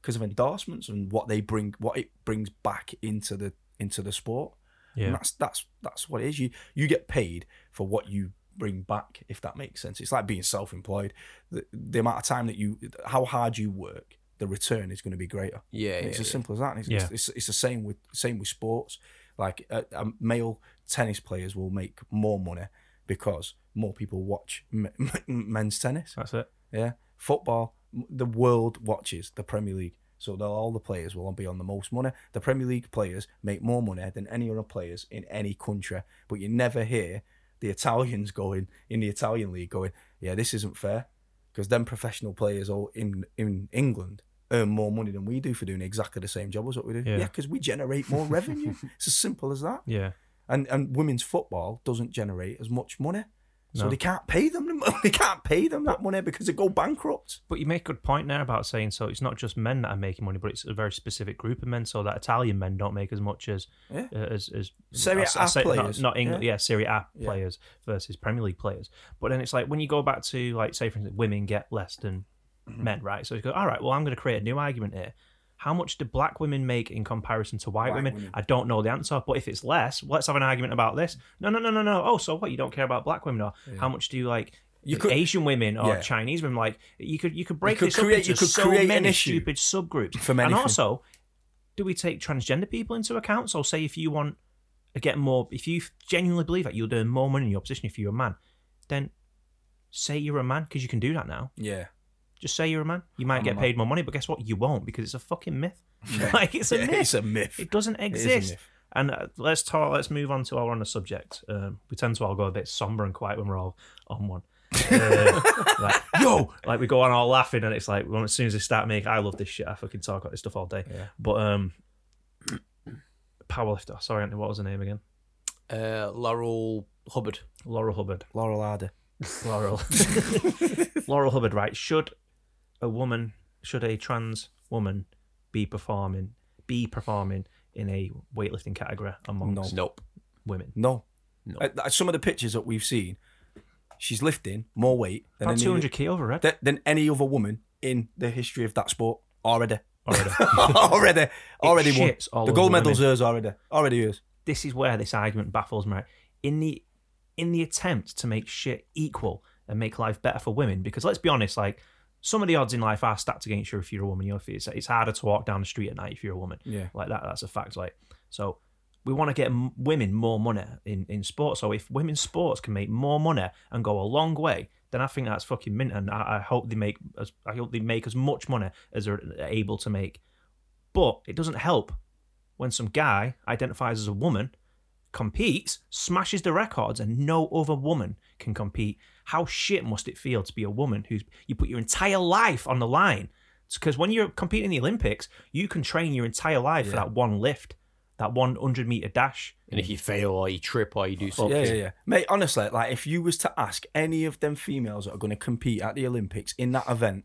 because of endorsements and what they bring what it brings back into the into the sport yeah, and that's that's that's what it is. You you get paid for what you bring back, if that makes sense. It's like being self-employed. The, the amount of time that you, how hard you work, the return is going to be greater. Yeah, And yeah, it's as yeah. simple as that. And it's, Yeah. it's, it's the same with same with sports. Like uh, um, male tennis players will make more money because more people watch m- [LAUGHS] men's tennis. that's it. Yeah, football. m- The world watches the Premier League, so they'll- all the players will be on the most money. The Premier League players make more money than any other players in any country, but you never hear the Italians [LAUGHS] going in the Italian league going, "Yeah, this isn't fair," because them professional players all in in England earn more money than we do for doing exactly the same job as what we do. Yeah. Yeah, because we generate more [LAUGHS] revenue. It's as simple as that Yeah, and and women's football doesn't generate as much money, so No. they can't pay them. the mo- [LAUGHS] They can't pay them that money because they go bankrupt. But you make a good point there about saying so it's not just men that are making money, but it's a very specific group of men. So that Italian men don't make as much as Yeah. uh, as as Serie as- A as- players, not, not England, yeah. yeah, Serie A Yeah. players versus Premier League players. But then it's like when you go back to like say for instance, women get less than Mm-hmm. men, right? So you go, all right, well I'm going to create a new argument here. How much do black women make in comparison to white, women? I don't know the answer, but if it's less, let's have an argument about this. No, no, no, no, no. Oh, so what? You don't care about black women, or how much do you like? You could- Asian women or Yeah. Chinese women, like you could you could break could this up create- into you could so create an many issue stupid subgroups. from and anything. also, do we take transgender people into account? So say if you want to get more, if you genuinely believe that you'll earn more money in your position if you're a man, then say you're a man because you can do that now. Yeah, Just say you're a man. You might I'm a get man. paid more money, but guess what? You won't because it's a fucking [LAUGHS] myth. [LAUGHS] like it's a myth. it's a myth. It doesn't is a exist. myth. and uh, let's talk. Let's move on to our on the subject. Um, we tend to all go a bit somber and quiet when we're all on one. Uh, [LAUGHS] like, Yo, like we go on all laughing, and it's like well, as soon as they start making, I love this shit. I fucking talk about this stuff all day. Yeah. But um, [CLEARS THROAT] powerlifter. Sorry, Anthony. What was her name again? Uh, Laurel Hubbard. Laurel Hubbard. Laurel Harder. [LAUGHS] Laurel. Laurel Hubbard. Right? Should a woman, should a trans woman, be performing, be performing in a weightlifting category amongst Nope. women? No, Uh, th- some of the pictures that we've seen, she's lifting more weight than About any, two hundred kilo, right? th- than any other woman in the history of that sport [LAUGHS] already. Already, [LAUGHS] already, already won. shits all The gold over medal's hers already. Already hers. this is where this argument baffles me. right? In the in the attempt to make shit equal and make life better for women, because let's be honest, like some of the odds in life are stacked against you if you're a woman. You know, if it's, it's harder to walk down the street at night if you're a woman. Yeah. like that. That's a fact. Like so, we want to get m- women more money in, in sports. So if women's sports can make more money and go a long way, then I think that's fucking mint. And I, I hope they make as I hope they make as much money as they're able to make. But it doesn't help when some guy identifies as a woman, competes, smashes the records, and no other woman can compete. How shit must it feel to be a woman who's you put your entire life on the line? Because when you're competing in the Olympics, you can train your entire life for that one lift, that one hundred meter dash. And if you fail or you trip or you do something, Yeah, yeah, yeah. Mate, honestly, like if you was to ask any of them females that are going to compete at the Olympics in that event,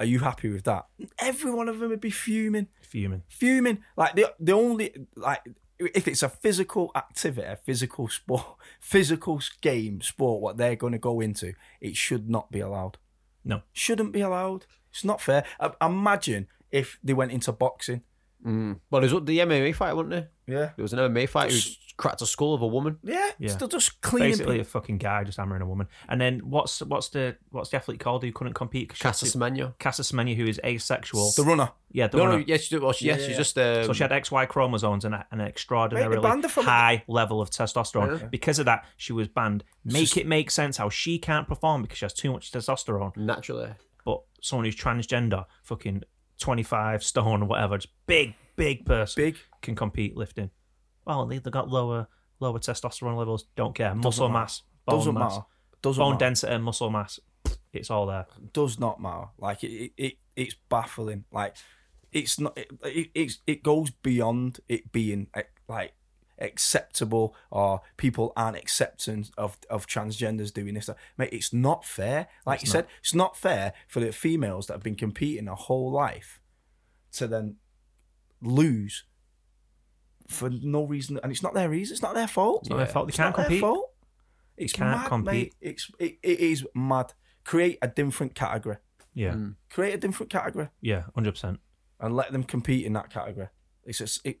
are you happy with that? Every one of them would be fuming, Fuming. fuming. Like the the only like if it's a physical activity, a physical sport, [LAUGHS] physical game, sport, what they're going to go into, it should not be allowed. No. shouldn't be allowed. It's not fair. I, imagine if they went into boxing. Mm. well, there's what the MMA fight, wasn't there? Yeah. There was an MMA fight who cracked a skull of a woman. Yeah, Yeah. still just cleaning. Basically, a fucking guy just hammering a woman. And then what's what's the what's the athlete called who couldn't compete? 'cause she- Casa Semenya. Casa Semenya, who is asexual. the runner. yeah, the No, no, runner. yes, she did. Well, she, yes, she's just. Um, So she had XY chromosomes and, a, and an extraordinarily banned her from- high level of testosterone. Because of that, she was banned. Make it make sense how she can't perform because she has too much testosterone. naturally. But someone who's transgender, fucking 25 stone or whatever, just big, big person, Big. can compete lifting. Well, they've got lower lower testosterone levels. Don't care. Muscle matter. mass, bone doesn't mass, matter. Doesn't bone matter. density, and muscle mass. It's all there. does not matter. Like it, it, it it's baffling. Like it's not. It, it, it's it goes beyond it being eh, like acceptable or people aren't accepting of of transgenders doing this. Mate, it's not fair. Like you said, it's not fair for the females that have been competing their whole life to then lose for no reason, and it's not their reason. It's not their fault. It's not their fault. Oh, They can't not their compete. fault. It's can't mad, compete. Mate. It's it, it is mad. Create a different category Yeah. Mm. create a different category Yeah. 100%. and let them compete in that category. It's just, it,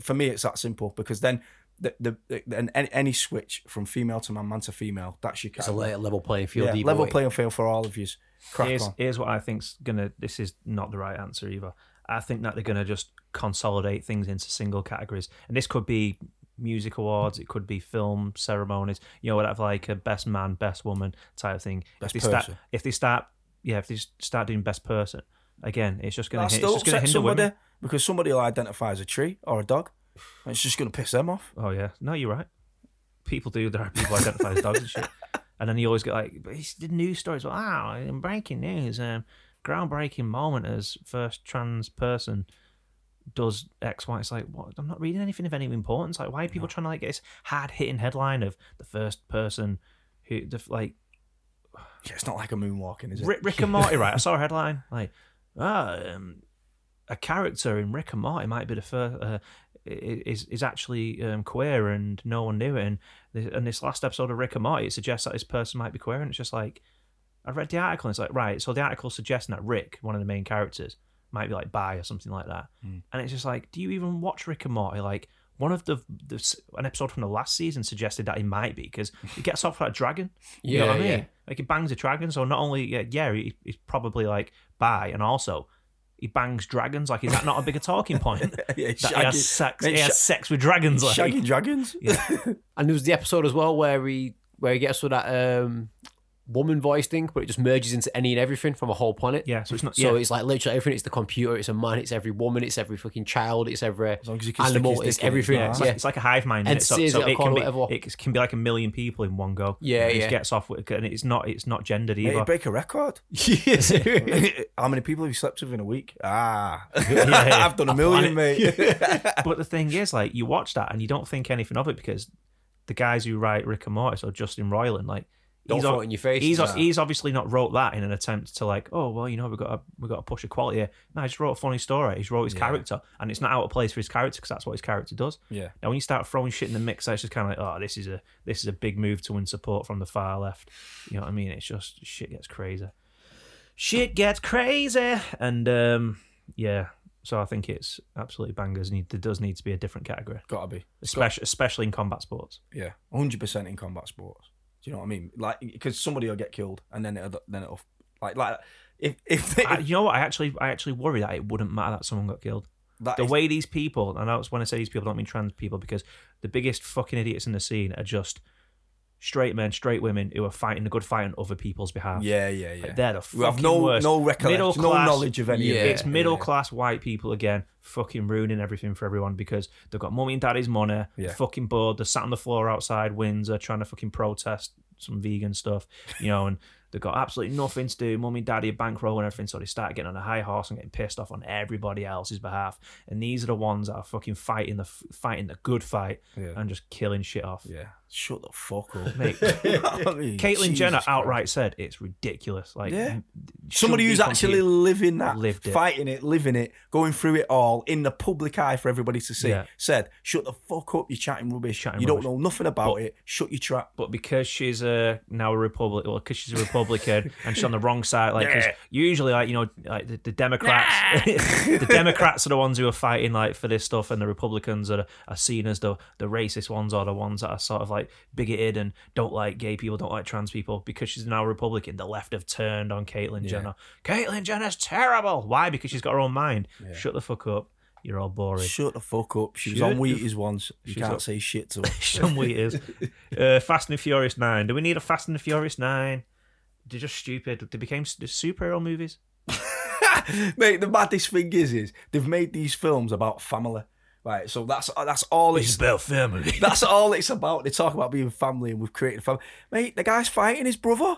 for me, it's that simple because then the the, the and any, any switch from female to man, man to female, that's your It's a category. le- level playing field. Yeah, either level way. playing field for all of you. Crack here's, on. here's what I think's gonna. This is not the right answer either. I think that they're gonna just consolidate things into single categories, and this could be music awards, it could be film ceremonies. You know, have like a best man, best woman type thing. Best if they start, person. if they start, yeah, if they s- start doing best person again, it's just gonna That hit, it's still just gonna upsets hinder somebody women. because somebody will identify as a tree or a dog, and it's just going to piss them off. Oh yeah, no, you're right. People do. There are people identify as dogs and shit. And then you always get like, but it's the news stories. Wow, in breaking news, um, groundbreaking moment as first trans person does X Y. It's like, what? I'm not reading anything of any importance. Like, why are people trying to like get this hard hitting headline of the first person who, the, like, Yeah, it's not like a moonwalking, is it? Rick, [LAUGHS] Rick and Morty, right? I saw a headline like, ah, um, a character in Rick and Morty might be the first. Uh, i- is is actually um, queer and no one knew it. And th- and this last episode of Rick and Morty, it suggests that this person might be queer, and it's just like, I read the article, and it's like, right, so the article's suggesting that Rick, one of the main characters, might be like bi or something like that. Hmm. And it's just like, do you even watch Rick and Morty? Like. One of the, the s- an episode from the last season suggested that he might be because he gets off that dragon. You know Yeah, what I mean? yeah. Like he bangs a dragon, so not only yeah, yeah he, he's probably like bi, and also he bangs dragons. Like is that not a bigger talking [LAUGHS] point? yeah, that he has sex, he has sex with dragons. Like shaggy dragons. And there was the episode as well where he where he gets with that um, woman voice thing, but it just merges into any and everything from a whole planet. yeah, so it's not So yeah, it's like literally everything. It's the computer. It's a man. It's every woman. It's every fucking child. It's every long as you can stick animal. his dick It's in it, everything. yeah, Yeah, it's, Like, it's like a hive mind. innit? So, Entities, so it'll it call can it be whatever. it can be like a million people in one go. Yeah, and It just yeah. gets off with, and it's not it's not gendered Mate, either. it'd break [LAUGHS] a record. [LAUGHS] yeah. How many people have you slept with in a week? Ah, [LAUGHS] yeah. [LAUGHS] I've done a [LAUGHS] million, mate. but the thing is, like, you watch that and you don't think anything of it because the guys who write Rick and Morty, so Justin Roiland, like, Don't he's throw o- it in your face, He's nah. he's obviously not wrote that in an attempt to like, oh well, you know, we got to, we got to push equality. here. No, he just wrote a funny story. He's wrote his character, and it's not out of place for his character because that's what his character does. Yeah. Now, when you start throwing shit in the mix, that's just kind of like, oh, this is a this is a big move to win support from the far left. You know what I mean? It's just shit gets crazy. Shit gets crazy, and um, yeah. So I think it's absolutely bangers. Need there does need to be a different category, Gotta be. especially especially in combat sports. Yeah, hundred percent in combat sports. Do you know what I mean? Like, because somebody will get killed, and then it'll, then it'll like like if if they, Ah, I, you know what? I actually I actually worry that it wouldn't matter that someone got killed. That the is- way these people, and that's when I say these people, I don't mean trans people, because the biggest fucking idiots in the scene are just straight men, straight women who are fighting the good fight on other people's behalf. Yeah, yeah, yeah. Like, they're the We have fucking no- worst. no recollection, Middle no class- knowledge of any of Yeah, it. It's Yeah, middle yeah. class white people again, fucking ruining everything for everyone because they've got mummy and daddy's money. Yeah. They're fucking bored. They're sat on the floor outside Windsor trying to fucking protest some vegan stuff, you know, and [LAUGHS] they've got absolutely nothing to do. Mummy and daddy are bankrolling everything, so they start getting on a high horse and getting pissed off on everybody else's behalf. And these are the ones that are fucking fighting the fighting the good fight Yeah. and just killing shit off. yeah. Shut the fuck [LAUGHS] up. Mate, Caitlyn Jenner outright said it's ridiculous. Like, Yeah. shouldn't Somebody be who's actually competing. living that, Lived it. fighting it, living it, going through it all in the public eye for everybody to see, Yeah. said, "Shut the fuck up! You're chatting rubbish. Chatting you rubbish. don't know nothing about it. Shut your trap." but because she's a now a republic, well, because she's a Republican and she's on the wrong side, like 'cause usually, like you know, like the, the Democrats, [LAUGHS] the Democrats are the ones who are fighting like for this stuff, and the Republicans are, are seen as the the racist ones or the ones that are sort of like bigoted and don't like gay people, don't like trans people. Because she's now a Republican, the left have turned on Caitlyn Jenner. Caitlyn Jenner's terrible. Why? Because she's got her own mind. Shut the fuck up. You're all boring. Shut the fuck up. She was Shut on the- [LAUGHS] Wheaties once. You She's can't up. say shit to her. [LAUGHS] Some way it is. Uh, Fast and the Furious Nine. Do we need a Fast and the Furious Nine? They're just stupid. They became s- the superhero movies. [LAUGHS] [LAUGHS] Mate, the maddest thing is, is they've made these films about family, right? So that's that's all it's about family. that's all it's about. They talk about being family and we've created a family. Mate, the guy's fighting [LAUGHS] his brother.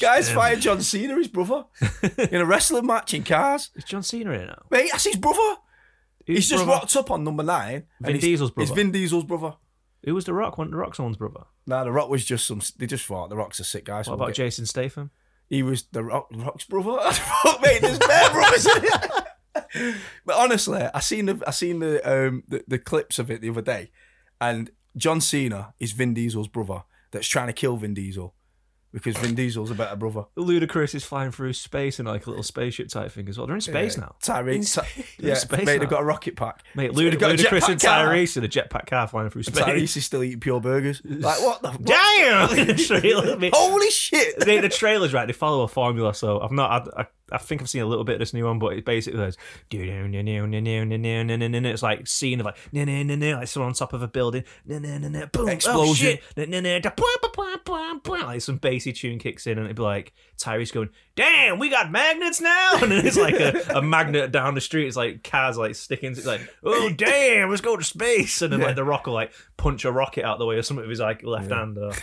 guy's fighting John Cena, his brother, in a wrestling match in cars. Is John Cena in it now? Mate, that's his brother. Who's He's just brother? rocked up on number nine. and Vin it's- Diesel's It's brother. Vin Diesel's brother. Who was The Rock? One The Rock, someone's brother. Nah, The Rock was just some. They just thought The Rock's a sick guy. So What we'll about get- Jason Statham? He was the Rock, Rock's brother. [LAUGHS] Fuck, mate, there's bare brothers. in it. [LAUGHS] but honestly, I seen the I seen the, um, the the clips of it the other day, and John Cena is Vin Diesel's brother that's trying to kill Vin Diesel because Vin Diesel's a better brother. Ludacris is flying through space in like a little spaceship type thing as well. They're in [LAUGHS] space now. [LAUGHS] Tyrese, Ty- yeah, space mate, now. they've got a rocket pack. Mate, They've Lud- got a Ludacris jetpack and car. Tyrese in a jetpack car flying through space. [LAUGHS] Tyrese is still eating pure burgers. Like what the? Damn! Trailer, mate. Holy shit! they, the trailers, right? They follow a formula. So I've not. I, I, I think I've seen a little bit of this new one, but it basically goes. "Do-do-do-do-do-do-do-do-do-do-do." It's like scene of like, "No, no, no, no," like someone on top of a building. "No, no, no, no," Boom! Oh, Explosion. shit. "No, no, no, da- blah, blah, blah, blah, blah." Like some bassy tune kicks in, and it'd be like Tyrese going, "Damn, we got magnets now!" [LAUGHS] And then it's like a, a magnet down the street. It's like cars like sticking. It's like, "Oh damn, let's go to space!" And then like the rock will like punch a rocket out the way or something with his like left hand. Uh, Or,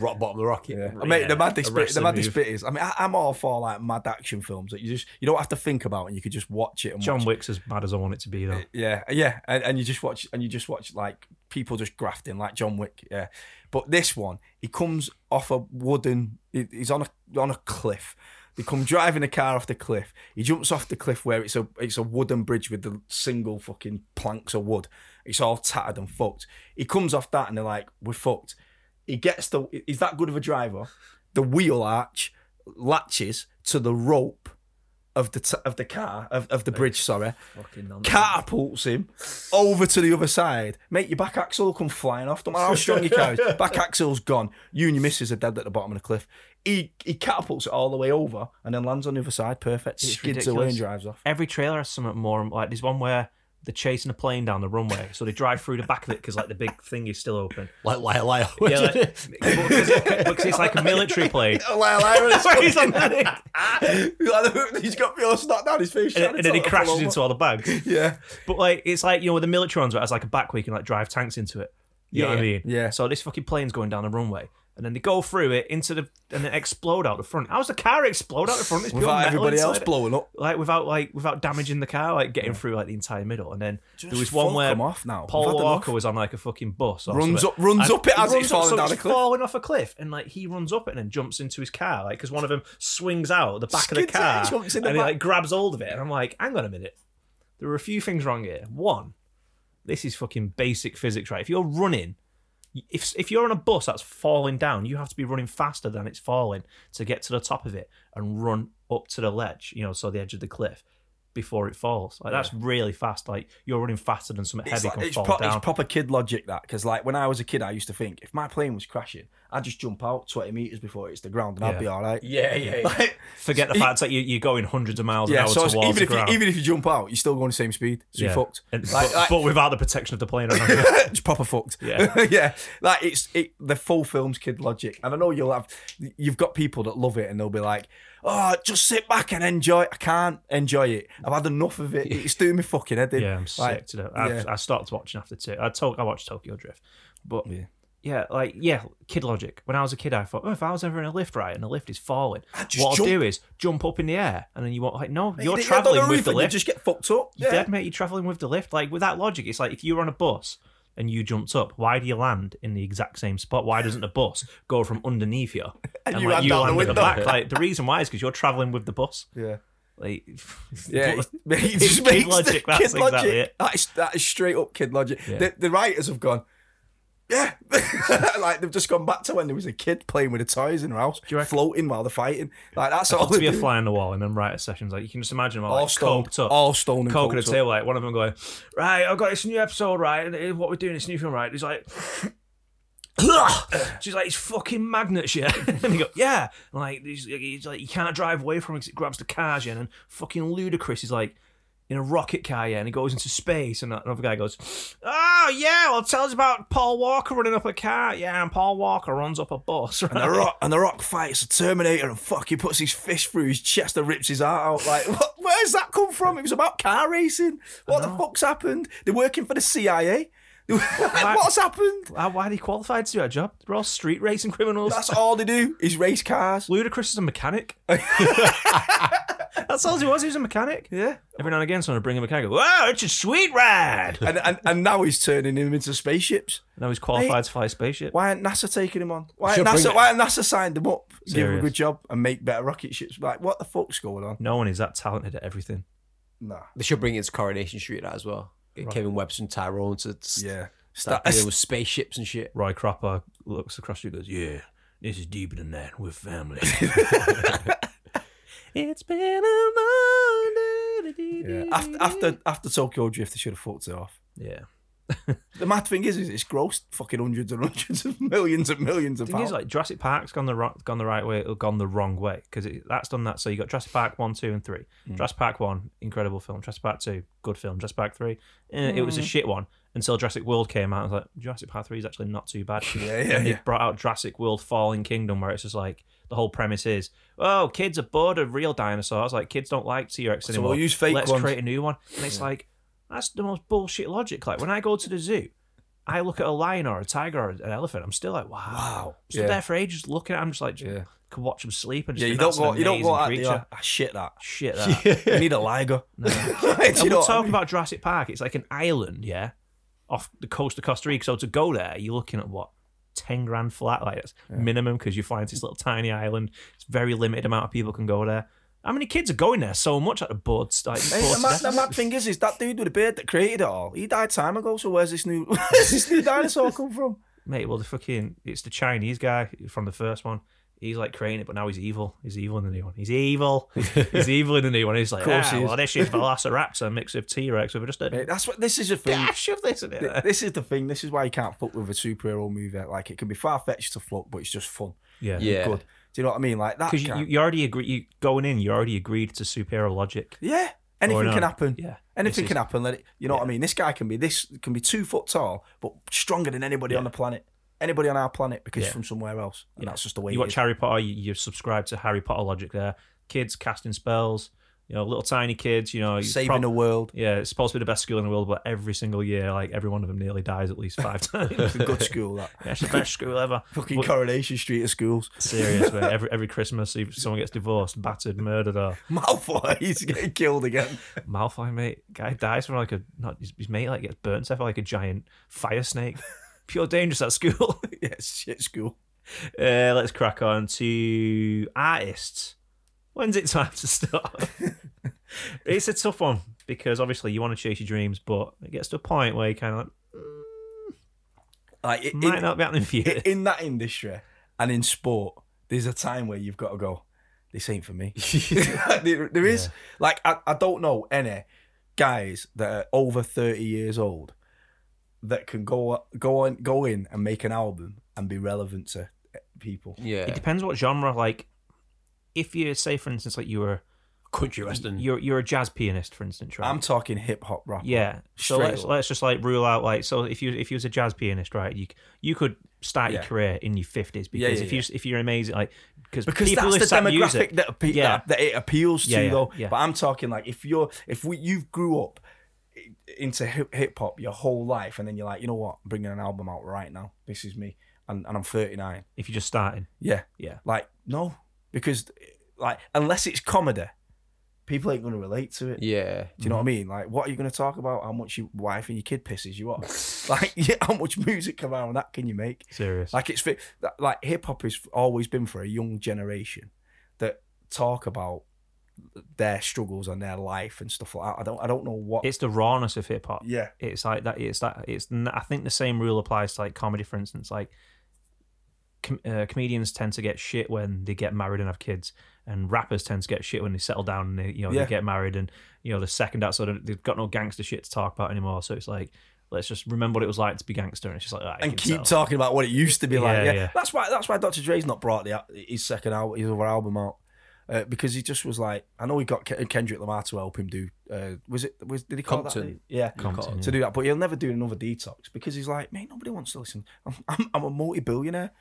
Rock bottom of the rocket. Yeah. I mean, the maddest a bit, the wrestling move. maddest bit is, I mean, I, I'm all for like mad action films that you just you don't have to think about and you could just watch it. And John watch Wick's as bad as I want it to be though. it. yeah, yeah, and, and you just watch and you just watch like people just grafting like John Wick, yeah. But this one, he comes off a wooden, he- he's on a on a cliff. They come driving a car off the cliff. He jumps off the cliff where it's a it's a wooden bridge with the single fucking planks of wood. It's all tattered and fucked. He comes off that and they're like, we're fucked. He gets the he's that good of a driver. The wheel arch latches to the rope of the t- of the car of, of the bridge. Sorry, catapults him over to the other side. Mate, your back axle will come flying off. Don't matter how strong your car is. [LAUGHS] Back axle's gone. You and your missus are dead at the bottom of the cliff. He he catapults it all the way over and then lands on the other side. Perfect. It's Skids away ridiculous. and [LAUGHS] drives off. [LAUGHS] Every trailer has something more like there's one where they're chasing a plane down the runway, so they drive through the back of it because like the big thing is still open. Like, liar, liar. Yeah, like, because, it- because it's like a military [LAUGHS] plane. [LAUGHS] Sorry, he's on the- He's got pure snot down his face. and, and then he crashes into all the bags. Yeah. But like it's like you know with the military ones where it has like a back where you can like drive tanks into it. You know what I Yeah, mean? yeah. So this fucking plane's going down the runway. And then they go through it into the and then explode out the front. How's the car explode out the front? It's pure Without metal everybody inside else it. blowing up. like without like without damaging the car, like getting through like the entire middle. And then there was Just one fuck where 'em off now. We've Paul had Walker enough. was on like a fucking bus, or Runs something. up- runs And up it he as it's runs up- falling so down it's a cliff. falling off a cliff, and like he runs up it and then jumps into his car, like because one of them swings out the back of the Skids it, car, jumps in and the he back. like grabs hold of it. And I'm like, hang on a minute, there are a few things wrong here. One, this is fucking basic physics, right? If you're running if if you're on a bus that's falling down, you have to be running faster than it's falling to get to the top of it and run up to the ledge, you know, so the edge of the cliff. before it falls. Like that's really fast. Like you're running faster than something It's, heavy like- can it's fall pro- it's down. proper kid logic that because like when I was a kid, I used to think if my plane was crashing, I'd just jump out twenty meters before it hits the ground and I'd Yeah. be all right. Yeah, yeah. [LAUGHS] Like, Forget the fact that you, you're going hundreds of miles yeah, an hour so it's- towards even the if you, ground. even if you jump out, you're still going the same speed. So Yeah. you're [LAUGHS] fucked. [LAUGHS] And- Like- but, like- but without the protection of the [LAUGHS] plane [LAUGHS] around you. it's proper fucked. Yeah. [LAUGHS] yeah. Like it's it the full films kid logic. And I know you'll have you've got people that love it and they'll be like, Oh, just sit back and enjoy it. I can't enjoy it. I've had enough [LAUGHS] of it. It's doing me fucking [LAUGHS] head in. Yeah, I'm sick Like, to death. I've, yeah. I stopped watching after two. I talk. I watched Tokyo Drift, but yeah. Yeah. like yeah, kid logic. When I was a kid, I thought, oh, if I was ever in a lift, right, and the lift is falling, what just I'll jump. do is jump up in the air, and then you want like, no, Mate, you're you- on traveling with roof the and you lift. just get fucked up. You're yeah. dead, mate. You're traveling with the lift. Like with that logic, it's like if you were on a bus and you jumped up, why do you land in the exact same spot? Why doesn't the [LAUGHS] bus go from underneath you And you land out the at window. back? Like the reason why is because you're traveling with the bus. Yeah. Like [LAUGHS] Yeah, what- [LAUGHS] it's, it just kid makes the- [LAUGHS] logic, that's kid exactly logic. it. That is that is straight up kid logic. Yeah. The, the writers have gone, yeah, [LAUGHS] like they've just gone back to when there was a kid playing with the toys in her house, you reckon- floating while they're fighting. Like that's all. to be [LAUGHS] they're a doing. fly on the wall and then write a sessions like you can just imagine them all, all like, stone, coked up all stone and coke at coked the up. table like one of them going right I've got this new episode right and it- what we're doing this new film right he's like she's like it's fucking magnets yeah [LAUGHS] and he go yeah and like he's, he's like you can't drive away from it 'cause it grabs the cars yeah and then fucking ludicrous is like in a rocket car, yeah, and he goes into space, and another guy goes, "Oh yeah, well, tell us about Paul Walker running up a car, yeah, and Paul Walker runs up a bus, [LAUGHS] right? [LAUGHS] And the Rock and the Rock fights a Terminator and fuck he puts his fist through his chest and rips his heart out. Like, [LAUGHS] what, where's that come from? It was about car racing. What the fuck's happened? They're working for the CIA. [LAUGHS] What's happened? Why, Ah, why are they qualified to do that job? They're all street racing criminals. That's all they do is race cars. Ludacris is a [LAUGHS] mechanic. That's all he was. He was a mechanic. Yeah. Every now and again, someone would bring him a mechanic. Go, wow, it's a sweet ride. [LAUGHS] And, and and now he's turning him into spaceships. Now he's qualified Mate. to fly a spaceship. Why aren't NASA taking him on? Why Should ain't bring NASA? it- Why ain't NASA signed him up? Give him a Serious. good job and make better rocket ships. Like, what the fuck's going on? No one is that talented at everything. Nah. [LAUGHS] They should bring into Coronation Street that as well. Get Kevin Webster and Tyrone to yeah. start Sta- dealing with spaceships and shit. Roy Cropper looks across you and goes, Yeah, this is deeper than that. We're [LAUGHS] family. [LAUGHS] it's been a long day. yeah. After after after Tokyo Drift, they should have fucked it off. Yeah. The mad thing is, is it's grossed fucking hundreds and [LAUGHS] hundreds of millions and millions of thing pounds. is, like Jurassic Park's gone the ro- gone the right way, or gone the wrong way because that's done that. So you got Jurassic Park one, two, and three. Hmm. Jurassic Park one, incredible film. Jurassic Park two, good film. Jurassic Park three, eh, it was a shit one until Jurassic World came out. I was like, Jurassic Park three is actually not too bad. [LAUGHS] yeah, yeah, And they yeah. brought out Jurassic World Fallen Kingdom, where it's just like the whole premise is, oh, kids are bored of real dinosaurs. Like kids don't like T Rex So anymore. we'll use fake Let's ones." create a new one. And it's like that's the most bullshit logic. Like when I go to the zoo. I look at a lion or a tiger or an elephant. I'm still like, wow, Wow. Stood yeah. there for ages looking at him, just like, Yeah. could watch him sleep and just Yeah, you think, don't "That's an go. You don't go amazing out creature. the ah, ah, [LAUGHS] shit that. [LAUGHS] Shit, that. You need a [LAUGHS] liger. [LAUGHS] And we're talking about Jurassic Park. It's like an island, yeah, off the coast of Costa Rica. So to go there, you're looking at what, ten grand flat, like that's minimum because you find this little tiny island. It's very limited amount of people can go there. How many kids are going there so much at the board? Like, bored the, to mad, death? the mad thing is, is that dude with the beard that created it all. He died time ago. So where's this new? [LAUGHS] Where's this new dinosaur come from? mate. Well, the fucking it's the Chinese guy from the first one. He's like creating it, but now he's evil. He's evil in the new one. He's [LAUGHS] evil. he's evil in the new one. He's like, course ah, he is." well, this is Velociraptor mixed with T Rex. We're just a Mate, that's what. This is the thing. dash of this in it. Th- This is the thing. This is why you can't fuck with a superhero movie. Like it can be far fetched to fuck, but it's just fun. [LAUGHS] yeah, Yeah. Good. Do you know what I mean? Like that. Because you, can- you already agree. You going in, you already agreed to superhero logic. yeah. Anything no. can happen. Yeah, Anything This can happen. Let it. You know what I mean. This guy can be this can be two foot tall, but stronger than anybody on the planet. Anybody on our planet because he's from somewhere else, and that's just the way. You it watch is. Harry Potter. You, you subscribe to Harry Potter logic. There, kids casting spells. You know, little tiny kids. You know, you saving prob- the world. [LAUGHS] Yeah, it's supposed to be the best school in the world, but every single year, like every one of them nearly dies at least five [LAUGHS] times. It's a good school that. Yeah, it's the best school [LAUGHS] ever. Fucking But- Coronation Street of schools. [LAUGHS] Serious, mate. Every every Christmas, if someone gets divorced, battered, murdered, or Malfoy, he's getting killed again. [LAUGHS] Malfoy, mate. Guy dies from like a not his, his mate like gets burnt to death by like a giant fire snake. [LAUGHS] Pure dangerous at school. [LAUGHS] yeah, shit school. uh, let's crack on to artists. When's it time to [LAUGHS] stop? it's a tough one because obviously you want to chase your dreams, but it gets to a point where you kind of like Like in, [LAUGHS] might not be happening for you. in that industry and in sport, there's a time where you've got to go. this ain't for me. [LAUGHS] there, there is like I, I don't know any guys that are over thirty years old that can go go on go in and make an album and be relevant to eh, people. It Yeah. depends what genre. Like, if you say, for instance, like you were Country western. you're you're a jazz pianist, for instance, right? I'm talking hip hop rap. yeah. So Straight let's up. let's just like rule out like so if you if you was a jazz pianist, right? You c- you could start your Yeah. career in your fifties Yeah, because yeah, if you if you're amazing, like because people that's the listen to demographic music. that, appe- Yeah. that that it appeals Yeah, to yeah, though. yeah. But I'm talking like if you're if we you grew up i- into hip hop your whole life and then you're like you know what I'm bringing an album out right now this is me and, and I'm 39 if you're just starting, yeah Yeah. like no because like unless it's comedy people ain't gonna relate to it Yeah. do you know what I mean? Like, what are you going to talk about? How much your wife and your kid pisses you off? [LAUGHS] like, yeah, how much music around that can you make? serious. Like it's fi- that- like hip hop has always been for a young generation that talk about their struggles and their life and stuff like that. I don't I don't know what. it's the rawness of hip hop. yeah, It's like that. It's that. It's. n- I think the same rule applies to like comedy, for instance. Like, com- uh, comedians tend to get shit when they get married and have kids, and rappers tend to get shit when they settle down and they, you know, Yeah. they get married and you know the second out. So they- they've got no gangster shit to talk about anymore. So it's like, let's just remember what it was like to be gangster, and it's just like, ah, you and can keep settle. talking about what it used to be Yeah, like. Yeah. yeah. that's why that's why Dr. Dre's not brought the, al- his second out his other album out. Uh, because he just was like, I know he got Ke- Kendrick Lamar to help him do. Uh, was it? Was did he call Compton. that? Yeah, Compton, to yeah. do that. But he'll never do another detox because he's like, mate, nobody wants to listen. I'm, I'm, I'm a multi-billionaire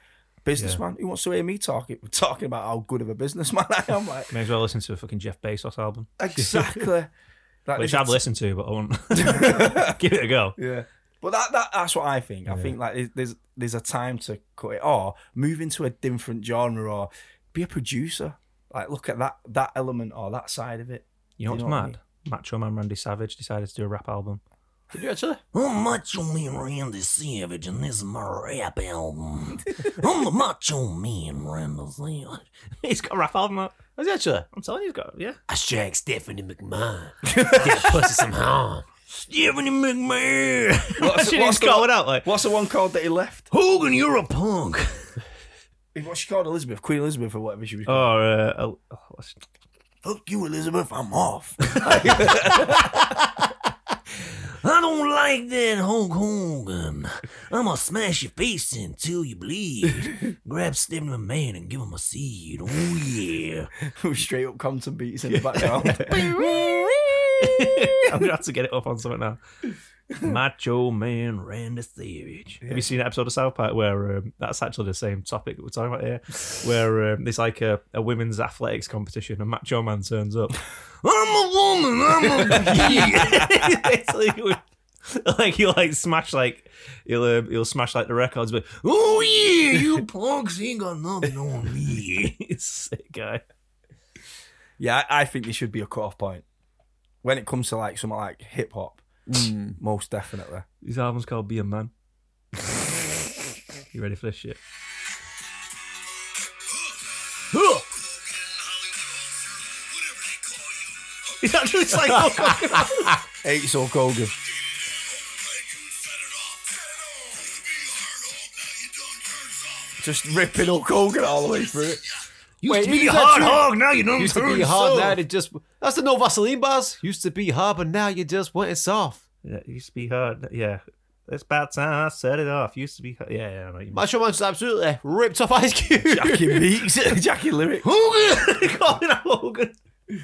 businessman who wants to hear me talk talking about how good of a businessman I [LAUGHS] am. Like, May as well listen to a fucking Jeff Bezos album, exactly. Like, which this I've is- listened to, but I won't [LAUGHS] [LAUGHS] give it a go. Yeah. But that, that that's what I think. I think like there's- there's there's a time to cut it or move into a different genre or be a producer. Like look at that that element or that side of it. You know You what's know what I mad? Macho Man Randy Savage decided to do a rap album. Did you actually? I'm Macho Man Randy Savage, and this is my rap album. I'm the Macho Man Randy Savage. [LAUGHS] he's got a rap album out. Has he actually? I'm telling you, he's got yeah. I shag Stephanie McMahon. Get [LAUGHS] pussy some harm. Stephanie McMahon! What's, Shit, he's the, going out like. what's the one called that he left? Hogan, you're a [LAUGHS] punk. What's she called? Elizabeth, Queen Elizabeth or whatever she was. Or called. uh, oh, what's- Fuck you, Elizabeth. I'm [LAUGHS] off. I don't like that Hulk Hogan. I'ma smash your face until [LAUGHS] you bleed. Grab Stephanie McMahon and give him a seed. Oh, yeah. [LAUGHS] Straight up Compton beats in the [LAUGHS] background. oh, [LAUGHS] I'm gonna have to get it up on something now. Macho Man Randy Savage. Have you seen that episode of South Park where um, that's actually the same topic that we're talking about here? Where um, there's like a, a women's athletics competition and Macho Man turns up. I'm a woman. [LAUGHS] [LAUGHS] I'm a. it's like, we- like he'll like smash like he'll uh, he'll smash like the records, but [LAUGHS] Oh, yeah. You punks ain't got nothing [LAUGHS] on me. he's sick guy. yeah, I, I think there should be a cut off point when it comes to like something like hip hop. Hmm. Most definitely. His album's called Be a [LAUGHS] Man. you ready for this shit? He's actually like, [LAUGHS] Eight so Hogan. Just ripping Hulk Hogan all the way through it. [LAUGHS] Wait, Used to be is a that hard true? hog, now you don't Used to turn be hard, soft. now they just. That's the no Vaseline bars. Used to be hard, but now you just went it soft. Yeah, it used to be hard. Yeah. It's about time I set it off. Used to be hard. Yeah, yeah, I know [LAUGHS] you mean. Macho Man's absolutely ripped off Ice Cube. Jackie beats, Jackie lyrics. Calling out Hogan. [LAUGHS]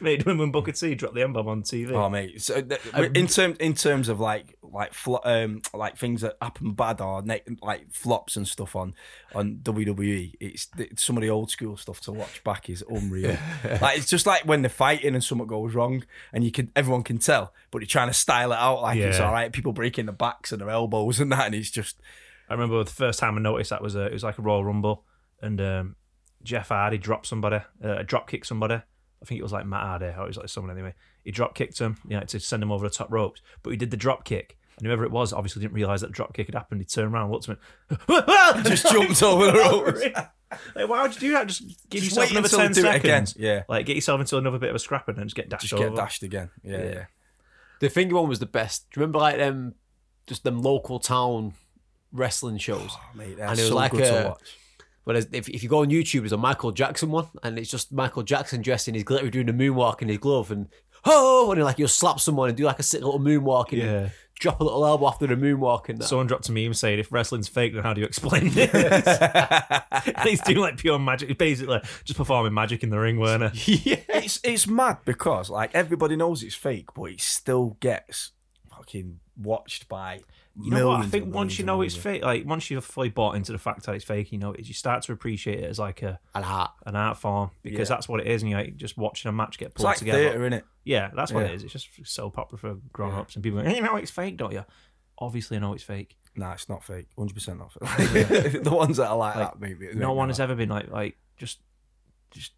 Made him when Booker T dropped the M bomb on TV. Oh mate, so th- in terms in terms of like like flo- um like things that happen bad or ne- like flops and stuff on on WWE, it's th- some of the old school stuff to watch back is [LAUGHS] unreal. like it's just like when they're fighting and something goes wrong, and you can everyone can tell, but you're trying to style it out like it's Yeah. all right. People breaking the backs and their elbows and that, and it's just I remember the first time I noticed that was a, it was like a Royal Rumble, and um, Jeff Hardy dropped somebody, uh, drop kicked somebody. I think it was like Matt Hardy, or it was like someone anyway. He drop kicked him, you know, to send him over the top ropes, but he did the drop kick. And whoever it was obviously didn't realise that the drop kick had happened. He turned around, looked at me, [LAUGHS] just jumped over the ropes. like, why would you do that? Just give Just yourself wait another until ten they do it again. seconds. Yeah. like get yourself into another bit of a scrap and then just get dashed Just over. get dashed again. Yeah, yeah. [LAUGHS] The finger one was the best. Do you remember like them, just them local town wrestling shows? Mate, Oh, And that's it Oh, was so like good to a- watch. Whereas if, if you go on YouTube, there's a Michael Jackson one, and it's just Michael Jackson dressed in his glitter, doing the moonwalk in his glove, and oh, and he, like you'll slap someone and do like a sick little moonwalk, and Yeah. drop a little elbow after the moonwalk, and that. Someone dropped a meme saying, if wrestling's fake, then how do you explain [LAUGHS] this? and he's doing like pure magic. He's basically just performing magic in the ring, weren't he? It's it's mad because like everybody knows it's fake, but it still gets fucking watched by. You know what? I millions think and once you millions know and it's fake, like once you've fully bought into the fact that it's fake, you know, it, you start to appreciate it as like a and heart. an art form because Yeah. that's what it is. And you're like, just watching a match get It's pulled like together. theatre, innit? Yeah, that's what Yeah. it is. It's just so popular for grown ups and people. Go, you know it's fake, don't you? Obviously, I know it's fake. Nah, it's not fake. Hundred percent [LAUGHS] not fake. [LAUGHS] the ones that are like, Like, that, maybe. no one [LAUGHS] has ever been like like just just.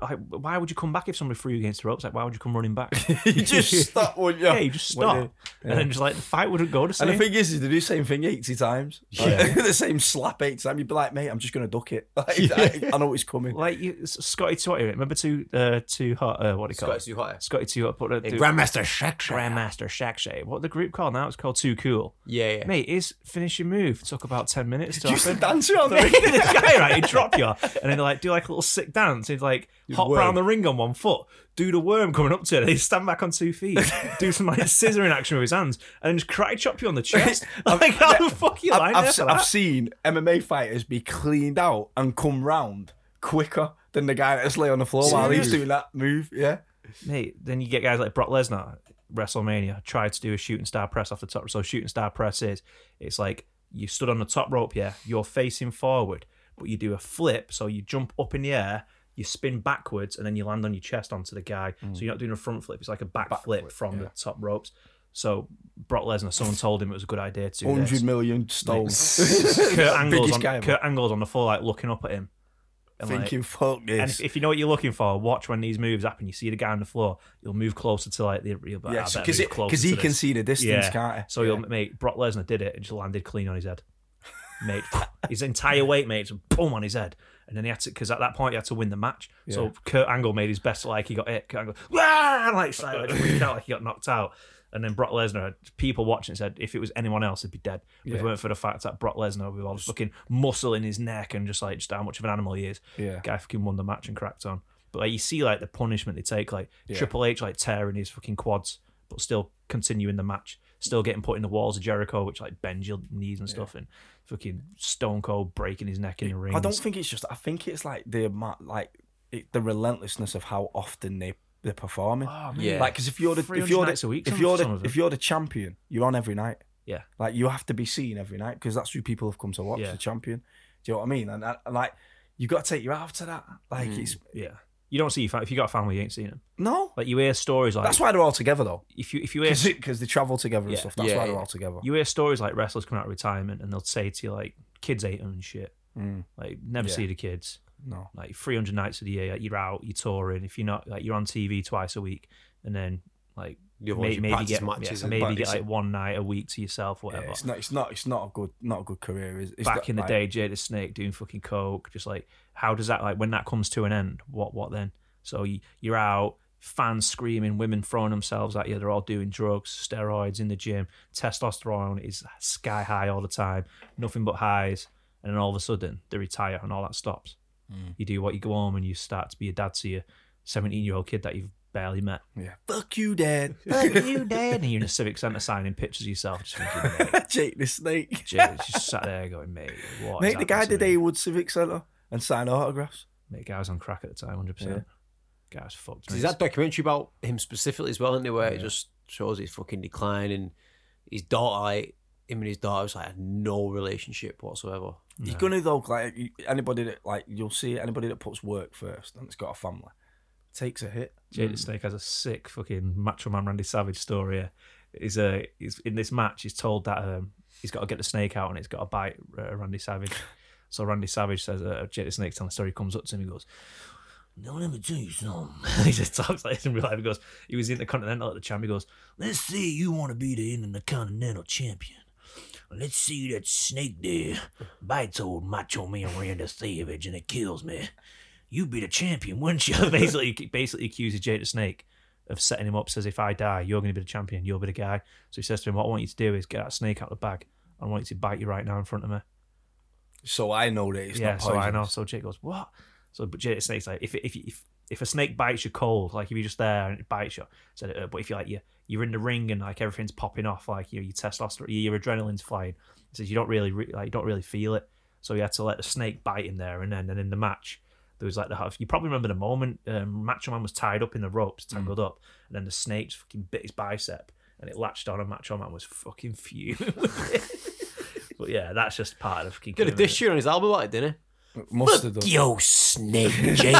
Like, why would you come back if somebody threw you against the ropes? Like, why would you come running back? [LAUGHS] [LAUGHS] you just stop, wouldn't you? [LAUGHS] yeah, you just Wouldn't stop, you? and then just like the fight wouldn't go to And the same. thing is, is they do the same thing [LAUGHS] 80 times. Like, [LAUGHS] the same slap 80 times. You'd be like, mate, I'm just going to duck it. [LAUGHS] [LAUGHS] Like, I, I know it's coming. Like you, S- Scotty Totter, remember too uh, too hot? Uh, what do you call it? too hot. Scotty Too Hot put a do- Grandmaster Shakespeare. Grandmaster Shack Shay. What the group called now? It's called Too Cool. Yeah, yeah. Mate, his finishing move took about ten [LAUGHS] minutes to Just happen. [LAUGHS] dancing on the ring. this guy, right? He'd drop you and then like do like a little sick dance. He'd like hop worm. round the ring on one foot, do the worm coming up to it, he'd stand back on two [LAUGHS] feet, do some like scissoring action with his hands, and just karate chop you on the [LAUGHS] chest. like, how the fuck you I've, lying I've, there se- for I've that? seen MMA fighters be cleaned out and come round quicker than the guy that's lay on the floor while he's doing that move. Yeah. Mate, then you get guys like Brock Lesnar, WrestleMania, tried to do a shooting star press off the top. So shooting star press is it's like you stood on the top rope, yeah, you're facing forward, but you do a flip, so you jump up in the air. You spin backwards and then you land on your chest onto the guy. Mm. So you're not doing a front flip; it's like a back, flip from the top ropes. So Brock Lesnar, someone told him it was a good idea to do 100 this. million stones. Kurt Angle's, [LAUGHS] Biggest on, guy ever. Kurt Angle's on the floor, like looking up at him, and like, Thinking, fuck and this. if, if you know what you're looking for, watch when these moves happen. You see the guy on the floor, you'll move closer to like the real. Yeah, because because he can see the distance, Yeah. can't he? So you'll mate. Brock Lesnar did it and just landed clean on his head, mate. [LAUGHS] his entire weight, mate, just boom on his head. And then he had to because at that point he had to win the match. So Kurt Angle made his best like he got it. Kurt Angle, Wah! And, like so, like, freaked out like he got knocked out. And then Brock Lesnar, people watching said if it was anyone else, he'd be dead. If it weren't for the fact that Brock Lesnar with all the fucking muscle in his neck and just like just how much of an animal he is, Yeah. guy fucking won the match and cracked on. But like, you see like the punishment they take, like Triple H like tearing his fucking quads, but still continuing the match, still getting put in the walls of Jericho, which like bends your knees and stuff, and fucking Stone Cold breaking his neck in the ring. I don't think it's just. I think it's like the ama- like it, the relentlessness of how often they they're performing. Oh, Yeah. Like, because if you're the 300 if you're nights a the, week, if some- you're some the of them. if you're the champion, you're on every night. Yeah. Like you have to be seen every night because that's who people have come to watch. Yeah. The champion. Do you know what I mean? And, that- and like you got to take you out to that. Like Mm. it's Yeah, you don't see your fa- if you got a family, you ain't seen him. no. Like you hear stories like That's why they're all together though. if you if you hear Because they travel together and Yeah. stuff. That's Yeah, why they're yeah. all together. you hear stories like wrestlers coming out of retirement and they'll say to you like kids ain't own shit. Mm. Like never Yeah. see the kids. no. like 300 nights of the year like, you're out you're touring if you're not like you're on tv twice a week and then like You've may- always maybe practiced get matches yeah, and maybe get practiced. like one night a week to yourself Yeah, whatever it's not. It's not. It's not a good. Not a good career. Is back in the day jada snake doing fucking coke just like how does that like when that comes to an end what what then so you, you're out fans screaming women throwing themselves at you they're all doing drugs steroids in the gym testosterone is sky high all the time nothing but highs and then all of a sudden they retire and all that stops Mm. you do what you go home and you start to be a dad to your 17 year old kid that you've barely met Yeah. Fuck you, [LAUGHS] Dad. Fuck you dad and you're in a civic centre signing pictures of yourself just thinking [LAUGHS] mate, [LAUGHS] Jake the Snake. Jada's just sat there going mate what has Mate, the guy happened to did me? Haywood Civic Centre and signed autographs. Mate, guy was on crack at the time, hundred percent. Guy was fucked. There's mate. that documentary about him specifically as well, isn't there, where it just shows his fucking decline and his daughter, like, him and his daughter was like no relationship whatsoever. You're gonna though, like you- anybody that like you'll see anybody that puts work first and it's got a family takes a hit. Jada Snake has a sick fucking Macho Man Randy Savage story. Here. He's uh, he's in this match. He's told that um, he's got to get the snake out and it's got to bite uh, Randy Savage. So Randy Savage says, uh, Jada Snake's telling the story. He comes up to him. He goes, [LAUGHS] Now let me tell you something. he just talks like this in real life. He goes, he was intercontinental at the champ. He goes, [LAUGHS] Let's say you want to be the Intercontinental Champion. Let's see that snake there bites old Macho Man Randy Savage and it kills me. You be the champion, wouldn't you? [LAUGHS] basically basically accuses Jada Snake of setting him up. Says if I die, you're going to be the champion. You'll be the guy. So he says to him, "What I want you to do is get that snake out of the bag. I want you to bite you right now in front of me." so I know that it's yeah, not so poisonous. I know. So Jake goes, what? So but Jake Snake's like, if if if if a snake bites you cold, like if you're just there and it bites you, said it. uh, But if you like you you're in the ring and like everything's popping off, like your your testosterone, your adrenaline's flying. He says you don't really re- like you don't really feel it. So you had to let the snake bite in there, and then and in the match. There was like the half. You probably remember the moment um, Macho Man was tied up in the ropes, Hmm. tangled up, and then the snake just fucking bit his bicep, and it latched on, and Macho Man was fucking fuming. [LAUGHS] but yeah, that's just part of. fucking Did a killing it. diss you on his album about it, didn't Must have done. Yo, snake, Jake.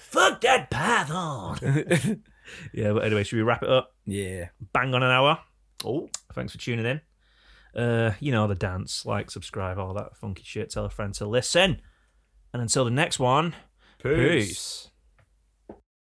Fuck that python. Yeah, but anyway, should we wrap it up? Yeah. Bang on an hour. he? Oh, Thanks for tuning in. Uh, you know the dance. Like, subscribe, all that funky shit. Tell a friend to listen. And until the next one, peace.